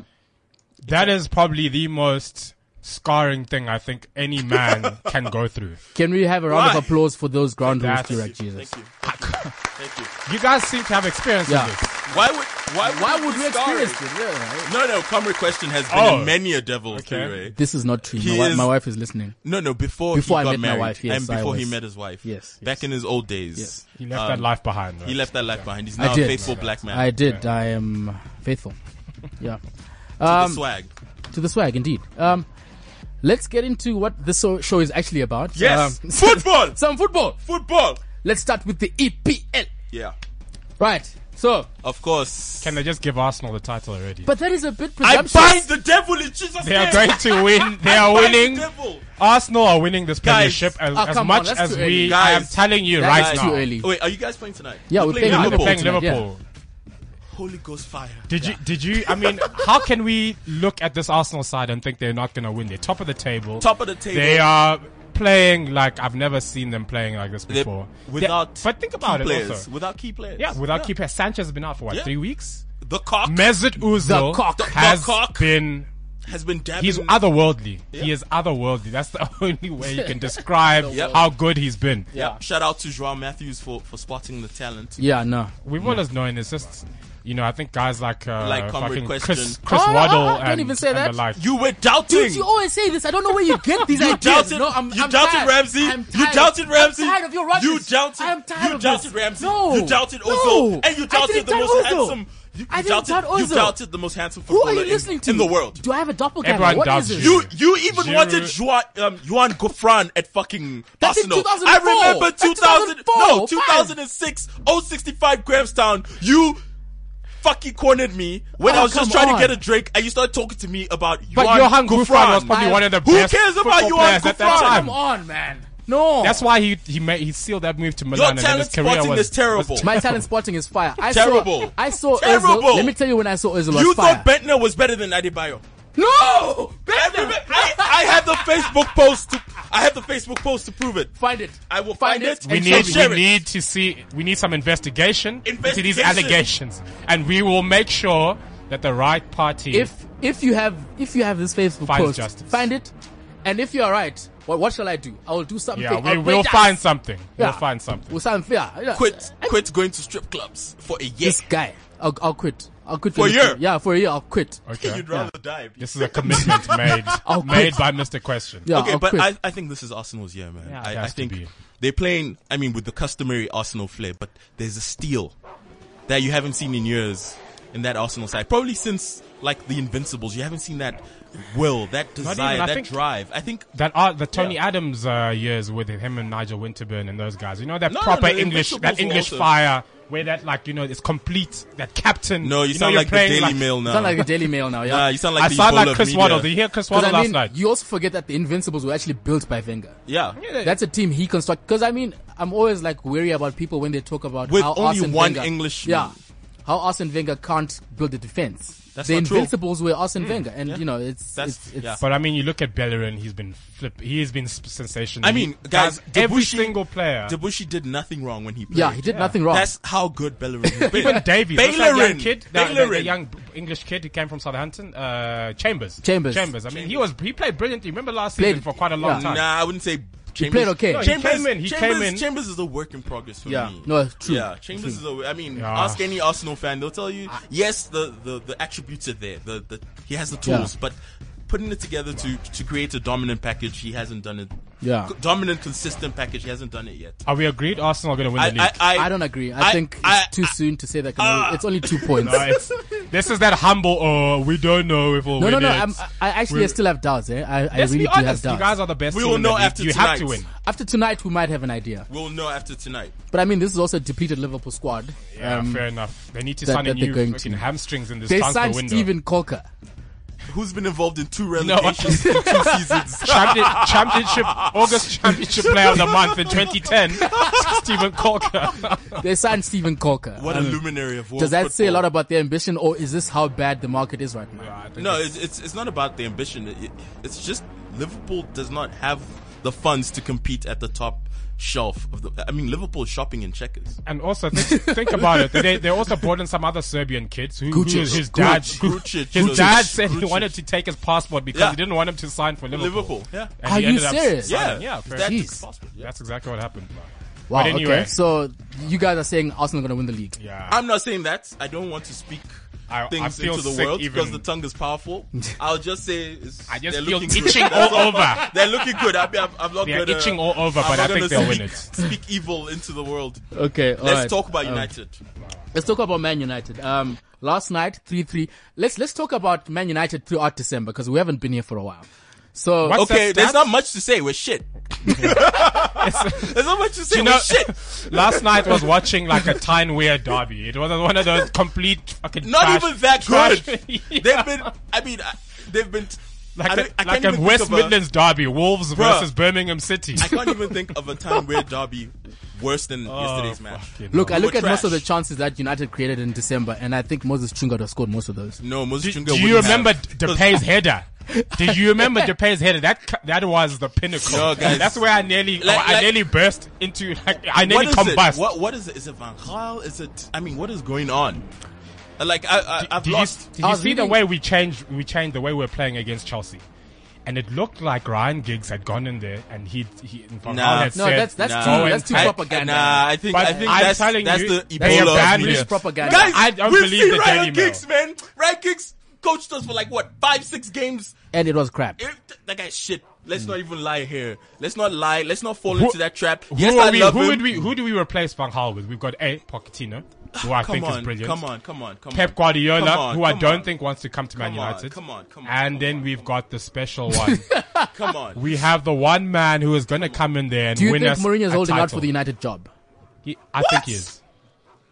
Speaker 3: That is probably the most scarring thing I think any man can go through.
Speaker 1: Can we have a round
Speaker 2: Why?
Speaker 1: of applause for those ground rules,
Speaker 3: That's-
Speaker 1: Direct
Speaker 2: Thank you.
Speaker 1: Jesus?
Speaker 2: Thank you. Thank you. Thank you.
Speaker 3: You guys seem to have experience
Speaker 1: Yeah.
Speaker 3: with this.
Speaker 2: Why would why would,
Speaker 1: Why
Speaker 2: it
Speaker 1: would
Speaker 2: be
Speaker 1: we
Speaker 2: scarring?
Speaker 1: experience it? Yeah.
Speaker 2: No, no. Comrade question has been
Speaker 3: Oh.
Speaker 2: in many a devil's
Speaker 3: Okay.
Speaker 2: three way.
Speaker 1: This is not true.
Speaker 2: He
Speaker 1: My, wi-
Speaker 2: is-
Speaker 1: my wife is listening.
Speaker 2: No, no. Before
Speaker 1: Before
Speaker 2: he
Speaker 1: I
Speaker 2: got
Speaker 1: met my
Speaker 2: married
Speaker 1: wife, yes,
Speaker 2: and
Speaker 1: I
Speaker 2: before he
Speaker 1: was-
Speaker 2: met his wife.
Speaker 1: Yes,
Speaker 2: Back in his old days.
Speaker 1: Yes.
Speaker 3: He left
Speaker 2: Um,
Speaker 3: that life behind. Right?
Speaker 2: He left that life behind. He's
Speaker 1: I
Speaker 2: now a
Speaker 1: did.
Speaker 2: faithful black man.
Speaker 1: I did. I am faithful. Yeah.
Speaker 2: The
Speaker 1: Um,
Speaker 2: swag.
Speaker 1: to the swag, indeed. Um, let's get into what this so- show is actually about.
Speaker 2: Yes.
Speaker 1: Um,
Speaker 2: football.
Speaker 1: some football.
Speaker 2: football.
Speaker 1: Let's start with the EPL.
Speaker 2: Yeah.
Speaker 1: Right. So,
Speaker 2: Of course.
Speaker 3: Can they just give Arsenal the title already?
Speaker 1: but that is a bit
Speaker 2: I
Speaker 1: presumptuous.
Speaker 2: bind the devil in Jesus'
Speaker 3: they are
Speaker 2: name.
Speaker 3: going to win. They are
Speaker 2: Bind the
Speaker 3: winning.
Speaker 2: devil.
Speaker 3: Arsenal are winning this
Speaker 2: Guys.
Speaker 3: premiership as,
Speaker 1: Oh,
Speaker 3: as
Speaker 1: come on,
Speaker 3: much
Speaker 1: that's
Speaker 3: as
Speaker 1: too early.
Speaker 3: we. I am
Speaker 2: Guys.
Speaker 3: telling you
Speaker 1: That's
Speaker 3: right
Speaker 1: too
Speaker 3: now.
Speaker 1: early.
Speaker 2: Oh, Wait, are you guys playing tonight?
Speaker 1: Yeah, we're playing
Speaker 3: Yeah, they're
Speaker 1: Liverpool
Speaker 3: playing
Speaker 1: tonight, yeah.
Speaker 3: Liverpool.
Speaker 2: Holy Ghost fire.
Speaker 3: Did you? Did you? I mean, how can we look at this Arsenal side and think they're not going to win? They're top of the table.
Speaker 2: Top of the table.
Speaker 3: They are playing like I've never seen them playing like this
Speaker 2: They're-
Speaker 3: before. They-
Speaker 2: without
Speaker 3: but think about
Speaker 2: key
Speaker 3: it
Speaker 2: players.
Speaker 3: also.
Speaker 2: Without key players.
Speaker 3: Yeah, without keeping Sanchez has been out for what
Speaker 2: Yeah.
Speaker 3: three weeks.
Speaker 2: the cock
Speaker 3: Mesut Ozil
Speaker 1: The cock. The- the
Speaker 3: has
Speaker 2: cock.
Speaker 3: been.
Speaker 2: has been dabbing.
Speaker 3: He's otherworldly. He is otherworldly. That's the only way you can describe
Speaker 2: Yep.
Speaker 3: how good he's been.
Speaker 2: yeah. Shout out to Joao Matthews for for spotting the talent.
Speaker 1: Yeah, no.
Speaker 3: We've always known it's just, you know, I think guys like uh,
Speaker 2: Like Comrade
Speaker 3: fucking
Speaker 2: Question.
Speaker 3: Chris, Chris
Speaker 1: Oh, oh, oh,
Speaker 3: Waddle
Speaker 1: don't
Speaker 3: and,
Speaker 1: even say
Speaker 3: and
Speaker 1: that.
Speaker 3: the like.
Speaker 2: You were doubting.
Speaker 1: Dude, you always say this. I don't know where you get these
Speaker 2: You
Speaker 1: ideas.
Speaker 2: doubted,
Speaker 1: no, I'm,
Speaker 2: you
Speaker 1: I'm
Speaker 2: doubted
Speaker 1: tired.
Speaker 2: Ramsey.
Speaker 1: I'm
Speaker 2: You
Speaker 1: tired.
Speaker 2: doubted Ramsey.
Speaker 1: I'm tired of your rubbish.
Speaker 2: You doubted.
Speaker 1: I'm tired
Speaker 2: you
Speaker 1: of
Speaker 2: doubted
Speaker 1: this.
Speaker 2: Ramsey.
Speaker 1: No.
Speaker 2: You doubted Ozil.
Speaker 1: No.
Speaker 2: And you
Speaker 1: I
Speaker 2: doubted
Speaker 1: didn't
Speaker 2: the most
Speaker 1: doubt Ozil.
Speaker 2: handsome. You,
Speaker 1: I
Speaker 2: you
Speaker 1: didn't
Speaker 2: doubted.
Speaker 1: doubt
Speaker 2: You
Speaker 1: Ozil.
Speaker 2: doubted the most handsome
Speaker 1: Who are
Speaker 2: footballer
Speaker 1: you
Speaker 2: in-
Speaker 1: listening
Speaker 2: in,
Speaker 1: to?
Speaker 2: the world.
Speaker 1: Do I have a doppelganger?
Speaker 3: Everyone
Speaker 1: What
Speaker 3: doubts
Speaker 1: is this?
Speaker 3: you.
Speaker 2: You you even
Speaker 3: Giroud.
Speaker 2: wanted Juan um, Juan Gofran at fucking
Speaker 1: That's in
Speaker 2: Arsenal.
Speaker 1: 2004.
Speaker 2: I remember
Speaker 1: That's
Speaker 2: 2000
Speaker 1: 2004,
Speaker 2: no 2006 065 Grahamstown. You fucking cornered me when
Speaker 1: Oh,
Speaker 2: I was just
Speaker 1: come
Speaker 2: trying
Speaker 1: on.
Speaker 2: to get a drink, and you started talking to me about
Speaker 3: but
Speaker 2: Juan
Speaker 3: Johan Gufran was
Speaker 2: Gufran.
Speaker 3: probably one of the
Speaker 2: Who
Speaker 3: best
Speaker 2: cares about
Speaker 3: football
Speaker 2: Johan
Speaker 3: players at
Speaker 2: Gufran?
Speaker 3: that time.
Speaker 1: Come on, man. No.
Speaker 3: That's why he he made he sealed that move to
Speaker 2: Your
Speaker 3: Milan and then his
Speaker 2: talent
Speaker 3: career
Speaker 2: spotting
Speaker 3: was
Speaker 2: is terrible.
Speaker 1: my talent spotting is fire. I Saw,
Speaker 2: Terrible.
Speaker 1: I saw Ozil.
Speaker 2: Terrible.
Speaker 1: Let me tell you when I saw Ozil was
Speaker 2: You
Speaker 1: fire.
Speaker 2: thought Bentner was better than Adebayo.
Speaker 1: no.
Speaker 2: Everybody- I, I have the Facebook post. To, I have the Facebook post to prove it.
Speaker 1: Find it.
Speaker 2: I will find it.
Speaker 3: We
Speaker 1: and
Speaker 3: need
Speaker 1: show
Speaker 2: share
Speaker 3: we
Speaker 2: it.
Speaker 3: need to see we need some investigation, into these
Speaker 2: Investigation.
Speaker 3: allegations, and we will make sure that the right party.
Speaker 1: if if you have if you have this Facebook
Speaker 3: Finds
Speaker 1: post,
Speaker 3: justice.
Speaker 1: find it, and if you are right, what what shall I do? I will do something.
Speaker 3: yeah, we
Speaker 1: I'll
Speaker 2: uh,
Speaker 3: will
Speaker 1: break
Speaker 3: find
Speaker 1: dance
Speaker 3: something.
Speaker 1: Yeah.
Speaker 3: We'll find something.
Speaker 1: With something. Yeah, yeah.
Speaker 2: Quit. Quit going to strip clubs for a year.
Speaker 1: This guy, I'll, I'll quit. I'll quit
Speaker 2: For a
Speaker 1: this
Speaker 2: year?
Speaker 1: thing. Yeah, for a year I'll quit.
Speaker 3: Okay.
Speaker 2: You'd rather die.
Speaker 3: This is a commitment made made
Speaker 1: quit.
Speaker 3: by Mr. Question.
Speaker 1: Yeah,
Speaker 2: okay,
Speaker 1: I'll
Speaker 2: but
Speaker 1: quit.
Speaker 2: I, I think this is Arsenal's year, man.
Speaker 3: it
Speaker 2: I, I
Speaker 3: has to
Speaker 2: think
Speaker 3: be.
Speaker 2: they're playing. I mean, with the customary Arsenal flair, but there's a steal that you haven't seen in years in that Arsenal side. Probably since like the Invincibles, you haven't seen that will, that desire,
Speaker 3: even, I
Speaker 2: that
Speaker 3: think-
Speaker 2: drive. I think
Speaker 3: That are the Tony Adams uh, years with him and Nigel Winterburn and those guys. You know that
Speaker 2: No, no,
Speaker 3: proper
Speaker 2: no, the
Speaker 3: English, that
Speaker 2: Invincibles were
Speaker 3: English
Speaker 2: also-
Speaker 3: fire where that like you know it's complete. That captain.
Speaker 2: no, you,
Speaker 3: know,
Speaker 2: sound
Speaker 3: you're
Speaker 2: like the
Speaker 3: playing
Speaker 2: Daily
Speaker 3: like-
Speaker 2: Mail now.
Speaker 1: sound like the Daily Mail now. Yeah.
Speaker 2: Nah, you sound like
Speaker 3: I
Speaker 2: the
Speaker 3: sound
Speaker 2: Ebola
Speaker 3: like Chris
Speaker 2: media.
Speaker 3: Waddle. Did you hear Chris
Speaker 1: 'Cause
Speaker 3: Waddle
Speaker 1: I mean,
Speaker 3: last night?
Speaker 1: you also forget that the Invincibles were actually built by Wenger.
Speaker 2: Yeah.
Speaker 1: That's a team he constructed. Because I mean, I'm always like wary about people when they talk about
Speaker 2: With
Speaker 1: how
Speaker 2: only
Speaker 1: Arsene
Speaker 2: one
Speaker 1: Wenger,
Speaker 2: Englishman.
Speaker 1: yeah, how Arsene Wenger can't build a defense.
Speaker 2: That's
Speaker 1: the
Speaker 2: not true. Mm.
Speaker 1: Invincibles were Arsene Wenger, and you know it's
Speaker 2: That's-
Speaker 1: it's, it's
Speaker 2: yeah.
Speaker 3: But I mean, you look at Bellerin; he's been flip. He has been sp- sensational.
Speaker 2: I mean,
Speaker 3: He-
Speaker 2: guys,
Speaker 3: every
Speaker 2: Debussy-
Speaker 3: single player.
Speaker 2: Debussy did nothing wrong when he played.
Speaker 1: yeah, he did nothing wrong.
Speaker 2: That's how good Bellerin has been.
Speaker 3: even Davies, what's that young
Speaker 2: Bellerin,
Speaker 3: kid, that, that- that
Speaker 2: Bellerin.
Speaker 3: young b- English kid who came from Southampton, uh, Chambers,
Speaker 1: Chambers.
Speaker 3: Chambers. I mean, he was he played brilliantly. Remember last
Speaker 1: Played-
Speaker 3: season for quite a long
Speaker 1: yeah.
Speaker 3: time.
Speaker 2: Nah, I wouldn't say. Chambers,
Speaker 1: played okay. No, he
Speaker 2: Chambers,
Speaker 3: came in, he
Speaker 2: Chambers,
Speaker 3: came in.
Speaker 2: Chambers is a work in progress for
Speaker 1: Yeah.
Speaker 2: me.
Speaker 1: No, true.
Speaker 2: Yeah, Chambers is a. I mean,
Speaker 3: Yeah.
Speaker 2: ask any Arsenal fan; they'll tell you. Yes, the the, the attributes are there. The, the he has the
Speaker 1: Yeah.
Speaker 2: tools, but putting it together to to create a dominant package, he hasn't done it.
Speaker 1: Yeah.
Speaker 2: C- dominant, consistent package, he hasn't done it yet.
Speaker 3: Are we agreed? Arsenal are going to win the league.
Speaker 2: I I,
Speaker 1: I don't agree. I,
Speaker 2: I-
Speaker 1: think
Speaker 2: I-
Speaker 1: it's too soon to say that. 'cause
Speaker 2: Ah.
Speaker 1: it's only two points.
Speaker 3: No, Uh, it's- This is that humble. Oh, we don't know if we'll
Speaker 1: No,
Speaker 3: win
Speaker 1: no, no.
Speaker 3: it.
Speaker 1: I'm, I- I actually
Speaker 3: We're-
Speaker 1: still have doubts. Eh? I, I
Speaker 3: Let's
Speaker 1: really
Speaker 3: be honest.
Speaker 1: do
Speaker 3: You
Speaker 1: have
Speaker 3: guys
Speaker 1: doubts.
Speaker 3: are the best.
Speaker 2: We
Speaker 3: team
Speaker 2: will
Speaker 3: in
Speaker 2: know
Speaker 3: the league.
Speaker 2: after
Speaker 3: You have to
Speaker 2: tonight.
Speaker 3: win.
Speaker 1: After tonight, we might have an idea.
Speaker 2: We'll know after tonight.
Speaker 1: But I mean, this is also a depleted Liverpool squad.
Speaker 3: Yeah, fair enough. They need
Speaker 1: Um,
Speaker 3: to
Speaker 1: that-
Speaker 3: sign a
Speaker 1: that they're
Speaker 3: new
Speaker 1: going
Speaker 3: fucking
Speaker 1: to.
Speaker 3: hamstrings in this
Speaker 1: They
Speaker 3: transfer
Speaker 1: signed
Speaker 3: window.
Speaker 1: Steven Colker.
Speaker 2: Who's been involved in two
Speaker 3: No.
Speaker 2: relegations in two seasons?
Speaker 3: Champion- championship August Championship Player of the Month in 2010, Stephen Corker.
Speaker 1: They signed Steven Colker.
Speaker 2: What a luminary of world
Speaker 1: Does that say a
Speaker 2: football.
Speaker 1: lot about their ambition, or is this how bad the market is right now?
Speaker 2: No, it's, it's it's not about the ambition. It- it- it's just Liverpool does not have the funds to compete at the top shelf of the. I mean, Liverpool is shopping in checkers.
Speaker 3: And also think, think about it. They they also brought in some other Serbian kids who, who
Speaker 1: Grucic.
Speaker 3: is his dad.
Speaker 2: Grucic.
Speaker 3: who-
Speaker 2: Grucic.
Speaker 3: His
Speaker 2: Grucic.
Speaker 3: dad said he
Speaker 2: Grucic.
Speaker 3: wanted to take his passport because
Speaker 2: Yeah.
Speaker 3: he didn't want him to sign for Liverpool.
Speaker 2: Liverpool, yeah,
Speaker 3: And
Speaker 1: Are
Speaker 3: he
Speaker 1: you
Speaker 3: ended up
Speaker 1: serious?
Speaker 3: signing-
Speaker 2: yeah,
Speaker 3: yeah. fair
Speaker 2: That
Speaker 3: enough.
Speaker 1: Jeez.
Speaker 2: is possible. yeah.
Speaker 3: That's exactly what happened.
Speaker 1: Wow.
Speaker 3: But anyway,
Speaker 1: okay. So you guys are saying Arsenal are going to win the league.
Speaker 3: yeah.
Speaker 2: I'm not saying that. I don't want to speak
Speaker 3: I- I
Speaker 2: things
Speaker 3: feel
Speaker 2: into the
Speaker 3: sick
Speaker 2: world because
Speaker 3: even-
Speaker 2: the tongue is powerful. I'll just say it's,
Speaker 3: I just
Speaker 2: they're
Speaker 3: feel
Speaker 2: looking good.
Speaker 3: itching
Speaker 2: That's
Speaker 3: all over.
Speaker 2: They're looking good. I, I'm, I'm not
Speaker 3: They're
Speaker 2: gonna,
Speaker 3: itching all over,
Speaker 2: I'm
Speaker 3: but I
Speaker 2: not
Speaker 3: think
Speaker 2: gonna
Speaker 3: they'll win it.
Speaker 2: speak, Speak evil into the world.
Speaker 1: Okay. all
Speaker 2: Let's
Speaker 1: right.
Speaker 2: talk about
Speaker 1: Um,
Speaker 2: United.
Speaker 1: Let's talk about Man United. Um, last night, three three. Let's let's talk about Man United throughout December because we haven't been here for a while. So
Speaker 3: What's
Speaker 2: okay,
Speaker 3: that
Speaker 2: there's
Speaker 3: stat?
Speaker 2: not much to say. We're shit. there's not much to say.
Speaker 3: You know-
Speaker 2: We're shit.
Speaker 3: Last night was watching like a Tyne Weir derby. It was one of those complete fucking
Speaker 2: Not
Speaker 3: trash-
Speaker 2: even that
Speaker 3: trash-
Speaker 2: good.
Speaker 3: Yeah.
Speaker 2: They've been. I mean, I, they've been. I
Speaker 3: like
Speaker 2: don't-
Speaker 3: a,
Speaker 2: I
Speaker 3: like
Speaker 2: can't
Speaker 3: a
Speaker 2: even think
Speaker 3: West
Speaker 2: of a-
Speaker 3: Midlands derby, Wolves
Speaker 2: Bruh.
Speaker 3: versus Birmingham City.
Speaker 2: I can't even think of a time where Derby worse than yesterday's
Speaker 3: Oh,
Speaker 2: match.
Speaker 3: Fucking
Speaker 1: look, I
Speaker 2: we
Speaker 1: look
Speaker 2: were
Speaker 1: at most of the
Speaker 2: trash.
Speaker 1: chances that United created in December, and I think Moses Chungada scored most of those.
Speaker 2: No, Moses Chunga
Speaker 3: Do you
Speaker 2: wouldn't
Speaker 3: remember
Speaker 2: have.
Speaker 3: Depay's header? Do you remember Depay's header? That cu- that was the pinnacle.
Speaker 2: No, guys.
Speaker 3: That's where I nearly
Speaker 2: Like-
Speaker 3: I
Speaker 2: like-
Speaker 3: nearly burst into like, I nearly
Speaker 2: What is
Speaker 3: combust.
Speaker 2: it? What, what is it? Is it Van Gaal? Is it? I mean, what is going on? Like I, I I've
Speaker 3: Did you,
Speaker 2: lost.
Speaker 3: did
Speaker 1: I
Speaker 3: you
Speaker 1: was
Speaker 3: see the
Speaker 1: reading-
Speaker 3: way we changed we changed the way we were playing against Chelsea? And it looked like Ryan Giggs had gone in there and he he and Van
Speaker 2: Nah.
Speaker 3: Gaal had
Speaker 1: No,
Speaker 3: said,
Speaker 1: that's that's
Speaker 2: Nah.
Speaker 1: too that's too
Speaker 3: I-
Speaker 1: propaganda.
Speaker 2: Nah, I think
Speaker 3: But
Speaker 2: I think
Speaker 3: I'm
Speaker 2: that's,
Speaker 3: telling
Speaker 2: that's
Speaker 3: you,
Speaker 2: the
Speaker 3: they
Speaker 1: That's
Speaker 3: Ebola
Speaker 1: bad
Speaker 3: of
Speaker 2: Ebola.
Speaker 3: media.
Speaker 1: British
Speaker 2: media.
Speaker 1: propaganda.
Speaker 2: Guys,
Speaker 3: I don't
Speaker 2: we've
Speaker 3: believe
Speaker 2: seen
Speaker 3: the Daily
Speaker 2: Ryan
Speaker 3: Mail.
Speaker 2: Giggs, man. Ryan Giggs coached us for like what five, six games.
Speaker 1: and it was crap.
Speaker 2: It- That guy's shit. Let's not even lie here. Let's not lie. Let's not fall into that trap.
Speaker 3: Who,
Speaker 2: Yes,
Speaker 3: are
Speaker 2: I
Speaker 3: we,
Speaker 2: love
Speaker 3: who
Speaker 2: him.
Speaker 3: would we who do we replace Van Gaal with? We've got A Pochettino, who I
Speaker 2: come
Speaker 3: think
Speaker 2: on,
Speaker 3: is brilliant.
Speaker 2: Come on, come on, come
Speaker 3: Pep
Speaker 2: on.
Speaker 3: Guardiola,
Speaker 2: Come on,
Speaker 3: who I
Speaker 2: come
Speaker 3: don't
Speaker 2: on.
Speaker 3: think wants to come to Man
Speaker 2: Come on,
Speaker 3: United.
Speaker 2: come on, come on,
Speaker 3: And
Speaker 2: come
Speaker 3: then
Speaker 2: on,
Speaker 3: we've
Speaker 2: come
Speaker 3: got the special one.
Speaker 2: Come on.
Speaker 3: we have the one man who is going to come in there and
Speaker 1: Do you
Speaker 3: win
Speaker 1: think
Speaker 3: us
Speaker 1: Mourinho is
Speaker 3: a
Speaker 1: holding out
Speaker 3: title.
Speaker 1: for the United job?
Speaker 3: He- I think he is.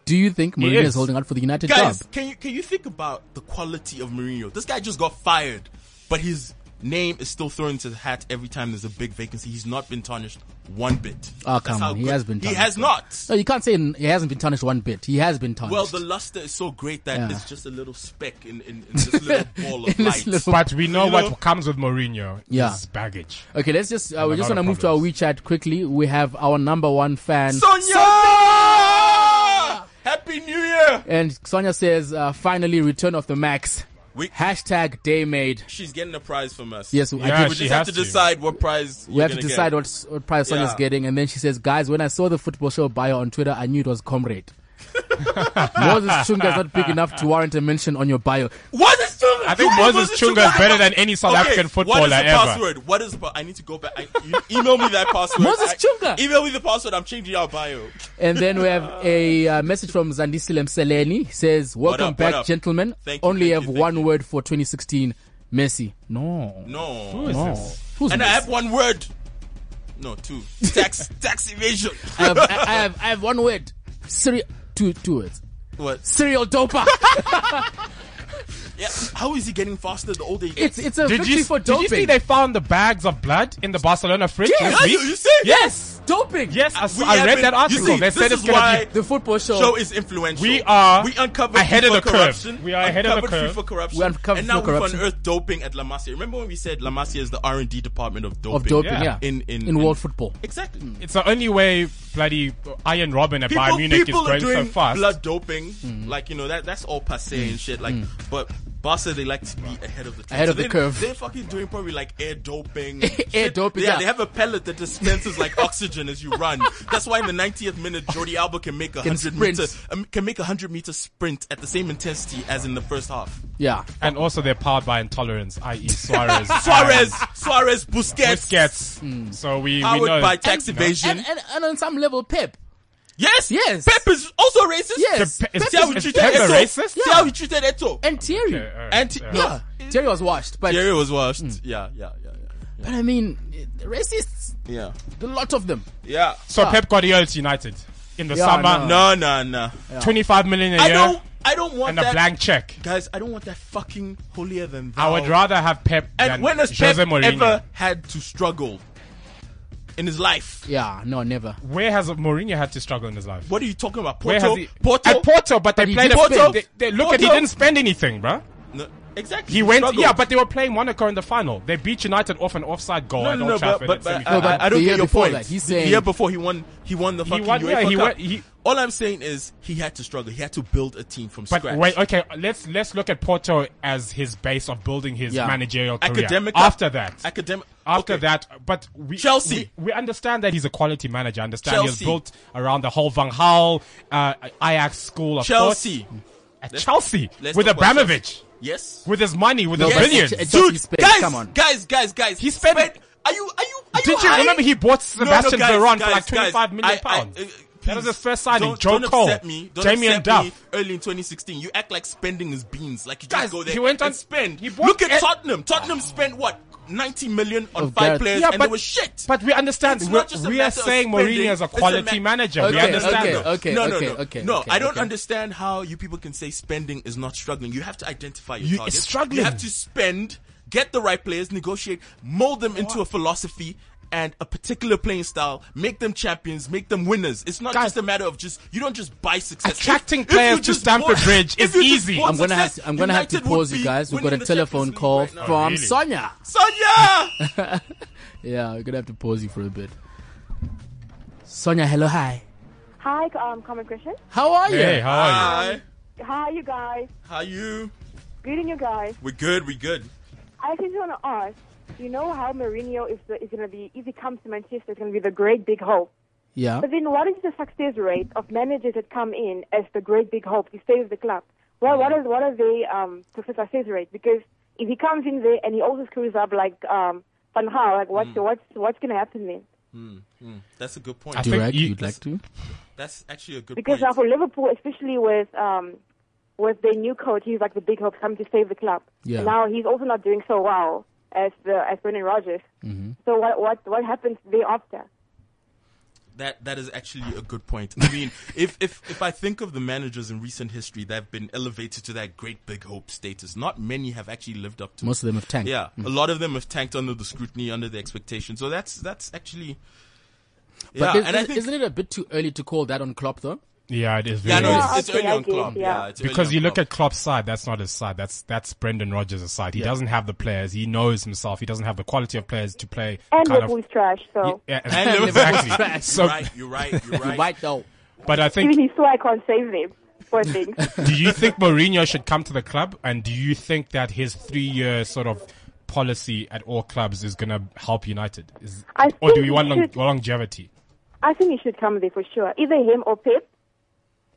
Speaker 1: Do you think Mourinho is
Speaker 3: is.
Speaker 1: holding out for the United
Speaker 2: Guys,
Speaker 1: job?
Speaker 2: can you can you think about the quality of Mourinho? This guy just got fired, but his name is still thrown into the hat every time there's a big vacancy. He's not been tarnished one bit.
Speaker 1: Ah,
Speaker 2: That's
Speaker 1: come
Speaker 2: how
Speaker 1: on, he
Speaker 2: good-
Speaker 1: has been
Speaker 2: He
Speaker 1: tarnished.
Speaker 2: has not.
Speaker 1: No, you can't say he hasn't been tarnished one bit. He has been tarnished.
Speaker 2: Well, the luster is so great that
Speaker 1: Yeah.
Speaker 2: it's just a little speck in, in, in this little ball of
Speaker 1: In this
Speaker 2: light.
Speaker 1: little-
Speaker 3: But we know
Speaker 2: You
Speaker 3: what
Speaker 2: know-
Speaker 3: comes with Mourinho.
Speaker 1: Yeah.
Speaker 3: It's baggage.
Speaker 1: Okay, let's just, uh, we
Speaker 3: a
Speaker 1: just want
Speaker 3: lot
Speaker 1: to
Speaker 3: of
Speaker 1: move to our WeChat quickly. We have our number one fan.
Speaker 2: Sonia! Happy New Year!
Speaker 1: and Sonia says, uh, finally, return of the max.
Speaker 2: We,
Speaker 1: Hashtag day made.
Speaker 2: she's getting a prize from us.
Speaker 1: Yes, I
Speaker 3: Yeah,
Speaker 1: think
Speaker 2: we
Speaker 3: she
Speaker 2: just
Speaker 3: has
Speaker 2: have to
Speaker 3: to.
Speaker 2: decide what prize
Speaker 1: we have to decide what, what prize Sonia's
Speaker 2: Yeah.
Speaker 1: getting. And then she says, guys, when I saw the football show bio on Twitter, I knew it was comrade. Moses Chunga is not big enough to warrant a mention on your bio.
Speaker 2: What is Chunga?
Speaker 3: I think Moses Chunga is better than any South African
Speaker 2: What is
Speaker 3: footballer
Speaker 2: the
Speaker 3: ever.
Speaker 2: password? What is? pa- I need to go back. I, you email me that password.
Speaker 1: Moses
Speaker 2: I-
Speaker 1: Chunga.
Speaker 2: Email me the password. I'm changing our bio.
Speaker 1: And then we have a uh, message from Zandisile Mseleni. Says, welcome
Speaker 2: up, what
Speaker 1: back,
Speaker 2: up?
Speaker 1: gentlemen.
Speaker 2: Thank you,
Speaker 1: Only
Speaker 2: thank
Speaker 1: have
Speaker 2: you, thank
Speaker 1: one
Speaker 2: you.
Speaker 1: word for 2016. Messi. No.
Speaker 2: No.
Speaker 3: is
Speaker 1: No.
Speaker 3: this?
Speaker 1: Who's
Speaker 2: And I
Speaker 1: Messi?
Speaker 2: have one word. No, two. Tax tax evasion.
Speaker 1: I have, I I have, I have one word. Serial, two, two words.
Speaker 2: What?
Speaker 1: Serial doper.
Speaker 2: Yeah. How is he getting faster the older he gets?
Speaker 1: It's, it's a
Speaker 3: Did
Speaker 1: victory
Speaker 3: you,
Speaker 1: for
Speaker 3: did
Speaker 1: doping.
Speaker 3: you see they found the bags of blood in the Barcelona fridge
Speaker 1: Yes.
Speaker 3: this
Speaker 2: Are you,
Speaker 3: week?
Speaker 2: you see?
Speaker 1: yes, doping.
Speaker 3: Yes, I, s-
Speaker 2: We
Speaker 3: I
Speaker 2: have
Speaker 3: read
Speaker 2: been-
Speaker 3: that
Speaker 2: you
Speaker 3: article.
Speaker 2: see,
Speaker 3: they
Speaker 2: this
Speaker 3: said it's
Speaker 2: is
Speaker 3: going
Speaker 2: why-
Speaker 3: to be.
Speaker 1: The football show.
Speaker 2: show is influential.
Speaker 3: We are
Speaker 2: we uncovered
Speaker 3: ahead of
Speaker 2: FIFA
Speaker 3: the curve.
Speaker 2: corruption.
Speaker 3: We are ahead of the
Speaker 2: uncovered
Speaker 3: curve.
Speaker 2: FIFA corruption.
Speaker 1: We uncovered
Speaker 2: and now
Speaker 1: FIFA corruption.
Speaker 2: we've unearthed doping at La Masia. Remember when we said La Masia is the R and D department of doping?
Speaker 1: Of doping,
Speaker 3: Yeah.
Speaker 1: yeah.
Speaker 2: In- in-
Speaker 1: world
Speaker 2: in-
Speaker 1: football.
Speaker 2: Exactly.
Speaker 3: It's the only way bloody Iron Robin at
Speaker 2: People,
Speaker 3: Bayern Munich is
Speaker 2: people are
Speaker 3: going
Speaker 2: doing
Speaker 3: so fast. Mm.
Speaker 2: blood doping. Like you know that that's all passe and shit. Like, but Barca they like to be ahead of the trend.
Speaker 1: Ahead
Speaker 2: So
Speaker 1: of the
Speaker 2: they-
Speaker 1: curve.
Speaker 2: They're fucking doing probably like air doping.
Speaker 1: Air
Speaker 2: shit.
Speaker 1: doping, yeah.
Speaker 2: they have a pellet that dispenses like oxygen as you run. That's why in the 90th minute Jordi Alba can make a
Speaker 1: Can
Speaker 2: hundred
Speaker 1: sprint.
Speaker 2: meter um, can make a hundred meter sprint at the same intensity as in the first half.
Speaker 1: Yeah.
Speaker 3: And also they're powered by intolerance, i.e. Suarez.
Speaker 2: Suarez,
Speaker 3: and
Speaker 2: Suarez, Busquets,
Speaker 3: Busquets. So we, we
Speaker 2: powered
Speaker 3: know.
Speaker 2: by tax
Speaker 3: No.
Speaker 2: evasion.
Speaker 1: And, and, and on some level, Pep.
Speaker 2: Yes,
Speaker 1: Yes.
Speaker 2: Pep is also racist.
Speaker 1: Yes.
Speaker 3: Pe- is
Speaker 2: See how we
Speaker 3: is
Speaker 2: treated
Speaker 3: Pep a
Speaker 2: Eto.
Speaker 3: racist?
Speaker 2: See how we treated Eto.
Speaker 1: And Thierry.
Speaker 3: Okay, alright,
Speaker 2: And t-
Speaker 3: yeah.
Speaker 2: no,
Speaker 1: Thierry was washed, but
Speaker 2: Jerry was washed. Yeah, yeah, yeah, yeah,
Speaker 1: but I mean, the racists,
Speaker 2: yeah,
Speaker 1: a lot of them.
Speaker 2: yeah.
Speaker 3: So
Speaker 1: Yeah.
Speaker 3: Pep Guardiola to United in the
Speaker 1: Yeah,
Speaker 3: summer,
Speaker 2: Ah. No, no, no.
Speaker 3: 25 million a
Speaker 2: I
Speaker 3: year
Speaker 2: don't. I don't want
Speaker 3: and a
Speaker 2: that.
Speaker 3: blank check.
Speaker 2: Guys, I don't want that fucking holier than thou.
Speaker 3: I would rather have Pep than
Speaker 2: And when has
Speaker 3: Jose
Speaker 2: Pep
Speaker 3: Mourinho.
Speaker 2: ever had to struggle in his life?
Speaker 1: Yeah, no, never.
Speaker 3: Where has Mourinho had to struggle in his life?
Speaker 2: What are you talking about?
Speaker 3: Where
Speaker 2: Porto,
Speaker 3: has he?
Speaker 2: Porto,
Speaker 3: At Porto, but they
Speaker 1: he
Speaker 3: played.
Speaker 1: did
Speaker 3: a-
Speaker 2: spend.
Speaker 3: They, they, look at he
Speaker 2: Porto.
Speaker 3: didn't spend anything, bro.
Speaker 2: No, exactly.
Speaker 3: He went.
Speaker 2: struggled.
Speaker 3: Yeah, but they were playing Monaco in the final. They beat United off an offside goal
Speaker 2: no,
Speaker 3: at Old
Speaker 2: no, no, but,
Speaker 3: Trafford.
Speaker 2: but,
Speaker 3: in
Speaker 2: but
Speaker 3: semi-final.
Speaker 2: I, I
Speaker 1: The
Speaker 2: don't
Speaker 1: year
Speaker 2: get your
Speaker 1: before
Speaker 2: point.
Speaker 1: that, he's
Speaker 2: the
Speaker 1: saying-
Speaker 2: year before he won, he won the fucking
Speaker 3: won- yeah,
Speaker 2: UEFA
Speaker 3: he
Speaker 2: Cup.
Speaker 3: won- he-
Speaker 2: All I'm saying is he had to struggle. He had to build a team from
Speaker 3: But
Speaker 2: scratch.
Speaker 3: wait, okay, let's let's look at Porto as his base of building his
Speaker 1: Yeah.
Speaker 3: managerial career.
Speaker 2: academic
Speaker 3: after that,
Speaker 2: academic
Speaker 3: after
Speaker 2: okay.
Speaker 3: that, but we
Speaker 2: Chelsea.
Speaker 3: We, we understand that he's a quality manager. I understand he was
Speaker 2: Chelsea.
Speaker 3: built around the whole Van Gaal, uh, Ajax school of
Speaker 2: Chelsea.
Speaker 3: thought. At Chelsea
Speaker 2: let's
Speaker 3: with
Speaker 2: talk about
Speaker 3: Abramovich,
Speaker 2: Yes.
Speaker 3: with his money, with his
Speaker 1: but
Speaker 3: billions.
Speaker 1: it's- it's-
Speaker 2: Dude,
Speaker 1: He spent-
Speaker 2: guys,
Speaker 1: come on.
Speaker 2: guys, guys, guys. He
Speaker 3: spent-
Speaker 2: Are you? Are you? Are you?
Speaker 3: Did you
Speaker 2: high?
Speaker 3: remember he bought Sebastian
Speaker 2: guys,
Speaker 3: Veron for
Speaker 2: guys,
Speaker 3: like twenty five
Speaker 2: guys,
Speaker 3: million
Speaker 2: I- I-
Speaker 3: pounds?
Speaker 2: uh,
Speaker 3: that was
Speaker 2: please,
Speaker 3: his first signing.
Speaker 2: Don't,
Speaker 3: Joe
Speaker 2: don't
Speaker 3: Cole,
Speaker 2: upset me. Don't
Speaker 3: Damien
Speaker 2: upset
Speaker 3: Duff.
Speaker 2: Me early in 2016, you act like spending is beans. Like you
Speaker 3: Guys,
Speaker 2: just go there.
Speaker 3: he went on-
Speaker 2: and spend.
Speaker 3: he bought
Speaker 2: Look at
Speaker 3: e-
Speaker 2: Tottenham. Tottenham spent what 90 million on
Speaker 1: Of
Speaker 2: five
Speaker 1: that.
Speaker 2: players, and they were shit.
Speaker 3: Oh, But we understand.
Speaker 2: It's
Speaker 3: We're,
Speaker 2: not just a
Speaker 3: we are
Speaker 2: matter of
Speaker 3: saying
Speaker 2: spending,
Speaker 3: Mourinho is a
Speaker 2: it's a
Speaker 3: quality
Speaker 2: ma-
Speaker 3: manager. we
Speaker 1: Okay,
Speaker 3: understand.
Speaker 1: okay,
Speaker 3: that.
Speaker 1: okay, okay,
Speaker 2: no, no, no,
Speaker 1: okay,
Speaker 2: no.
Speaker 1: okay,
Speaker 2: I don't
Speaker 1: okay.
Speaker 2: understand how you people can say spending is not struggling. You have to identify your
Speaker 3: You-
Speaker 2: target.
Speaker 3: it's struggling.
Speaker 2: You have to spend, get the right players, negotiate, mold them into a philosophy and a particular playing style. Make them champions. Make them winners. It's not
Speaker 3: Guys,
Speaker 2: just a matter of just you don't just buy success.
Speaker 3: attracting
Speaker 2: you
Speaker 3: players to
Speaker 2: just
Speaker 3: Stamford
Speaker 2: bought-
Speaker 3: Bridge
Speaker 2: if
Speaker 3: is
Speaker 2: you just
Speaker 3: easy.
Speaker 2: bought
Speaker 3: For
Speaker 1: I'm gonna have
Speaker 2: success,
Speaker 1: to, I'm gonna have to
Speaker 2: United would
Speaker 1: pause you
Speaker 2: be
Speaker 1: guys. We've got a
Speaker 2: winning the
Speaker 1: telephone
Speaker 2: Champions
Speaker 1: call
Speaker 2: League right now. Oh,
Speaker 1: from
Speaker 3: really?
Speaker 1: Sonia.
Speaker 2: Sonia.
Speaker 1: Yeah, we're gonna have to pause you for a bit. Sonia, hello, hi.
Speaker 4: Hi, um, Common Christian.
Speaker 1: How are you?
Speaker 3: Hey, how are you?
Speaker 2: Hi.
Speaker 4: Hi, you guys.
Speaker 2: How you?
Speaker 4: Greeting you guys.
Speaker 2: We're good. We're good.
Speaker 4: I just want to ask, you know how Mourinho is, the, is going to be, if he comes to Manchester, it's going to be the great big hope.
Speaker 1: Yeah.
Speaker 4: But then what is the success rate of managers that come in as the great big hope to stay with the club? Well, what is what are the um, success rate? Because if he comes in there and he also screws up like um, Van Gaal, like what's what's what's going to happen then?
Speaker 2: That's a good point.
Speaker 3: I
Speaker 1: Do you
Speaker 3: think
Speaker 1: like-
Speaker 3: you-
Speaker 1: you'd like to?
Speaker 2: That's actually a good
Speaker 4: Because
Speaker 2: point.
Speaker 4: now for Liverpool, especially with um, with their new coach, he's like the big hope coming to save the club.
Speaker 1: Yeah.
Speaker 4: Now he's also not doing so well as the as Brendan Rodgers.
Speaker 3: Mm-hmm.
Speaker 4: So what what what happens thereafter?
Speaker 2: That that is actually a good point. I mean, if if if I think of the managers in recent history that have been elevated to that great big hope status, not many have actually lived up to. it.
Speaker 1: Most of them have tanked.
Speaker 2: Yeah, a lot of them have tanked under the scrutiny, under the expectation. So that's that's actually. Yeah,
Speaker 1: But is,
Speaker 2: and I
Speaker 1: is-
Speaker 2: think
Speaker 1: isn't it a bit too early to call that on Klopp though?
Speaker 3: Yeah, it is. Very
Speaker 2: yeah, no,
Speaker 4: Yeah,
Speaker 2: it's, it's
Speaker 4: okay,
Speaker 2: early
Speaker 4: I
Speaker 2: on
Speaker 4: get it,
Speaker 2: Klopp.
Speaker 4: yeah.
Speaker 2: Yeah, it's early
Speaker 3: because
Speaker 2: on
Speaker 3: you look
Speaker 2: Klopp.
Speaker 3: at Klopp's side, that's not his side. That's that's Brendan Rodgers' side. He doesn't have the players. He knows himself. He doesn't have the quality of players to play. the
Speaker 4: And
Speaker 3: kind of,
Speaker 4: Liverpool's trash. So
Speaker 3: yeah,
Speaker 2: Liverpool's
Speaker 3: exactly.
Speaker 2: You're
Speaker 3: so,
Speaker 2: right, you're right, you're right.
Speaker 1: Right though.
Speaker 3: but I
Speaker 4: even
Speaker 3: think,
Speaker 4: his swag can't save them. Poor thing.
Speaker 3: do you think Mourinho should come to the club? And do you think that his three-year sort of policy at all clubs is going to help United? Is,
Speaker 4: I
Speaker 3: or do
Speaker 4: think
Speaker 3: we
Speaker 4: he
Speaker 3: want long,
Speaker 4: should.
Speaker 3: longevity?
Speaker 4: I think he should come there for sure, either him or Pep.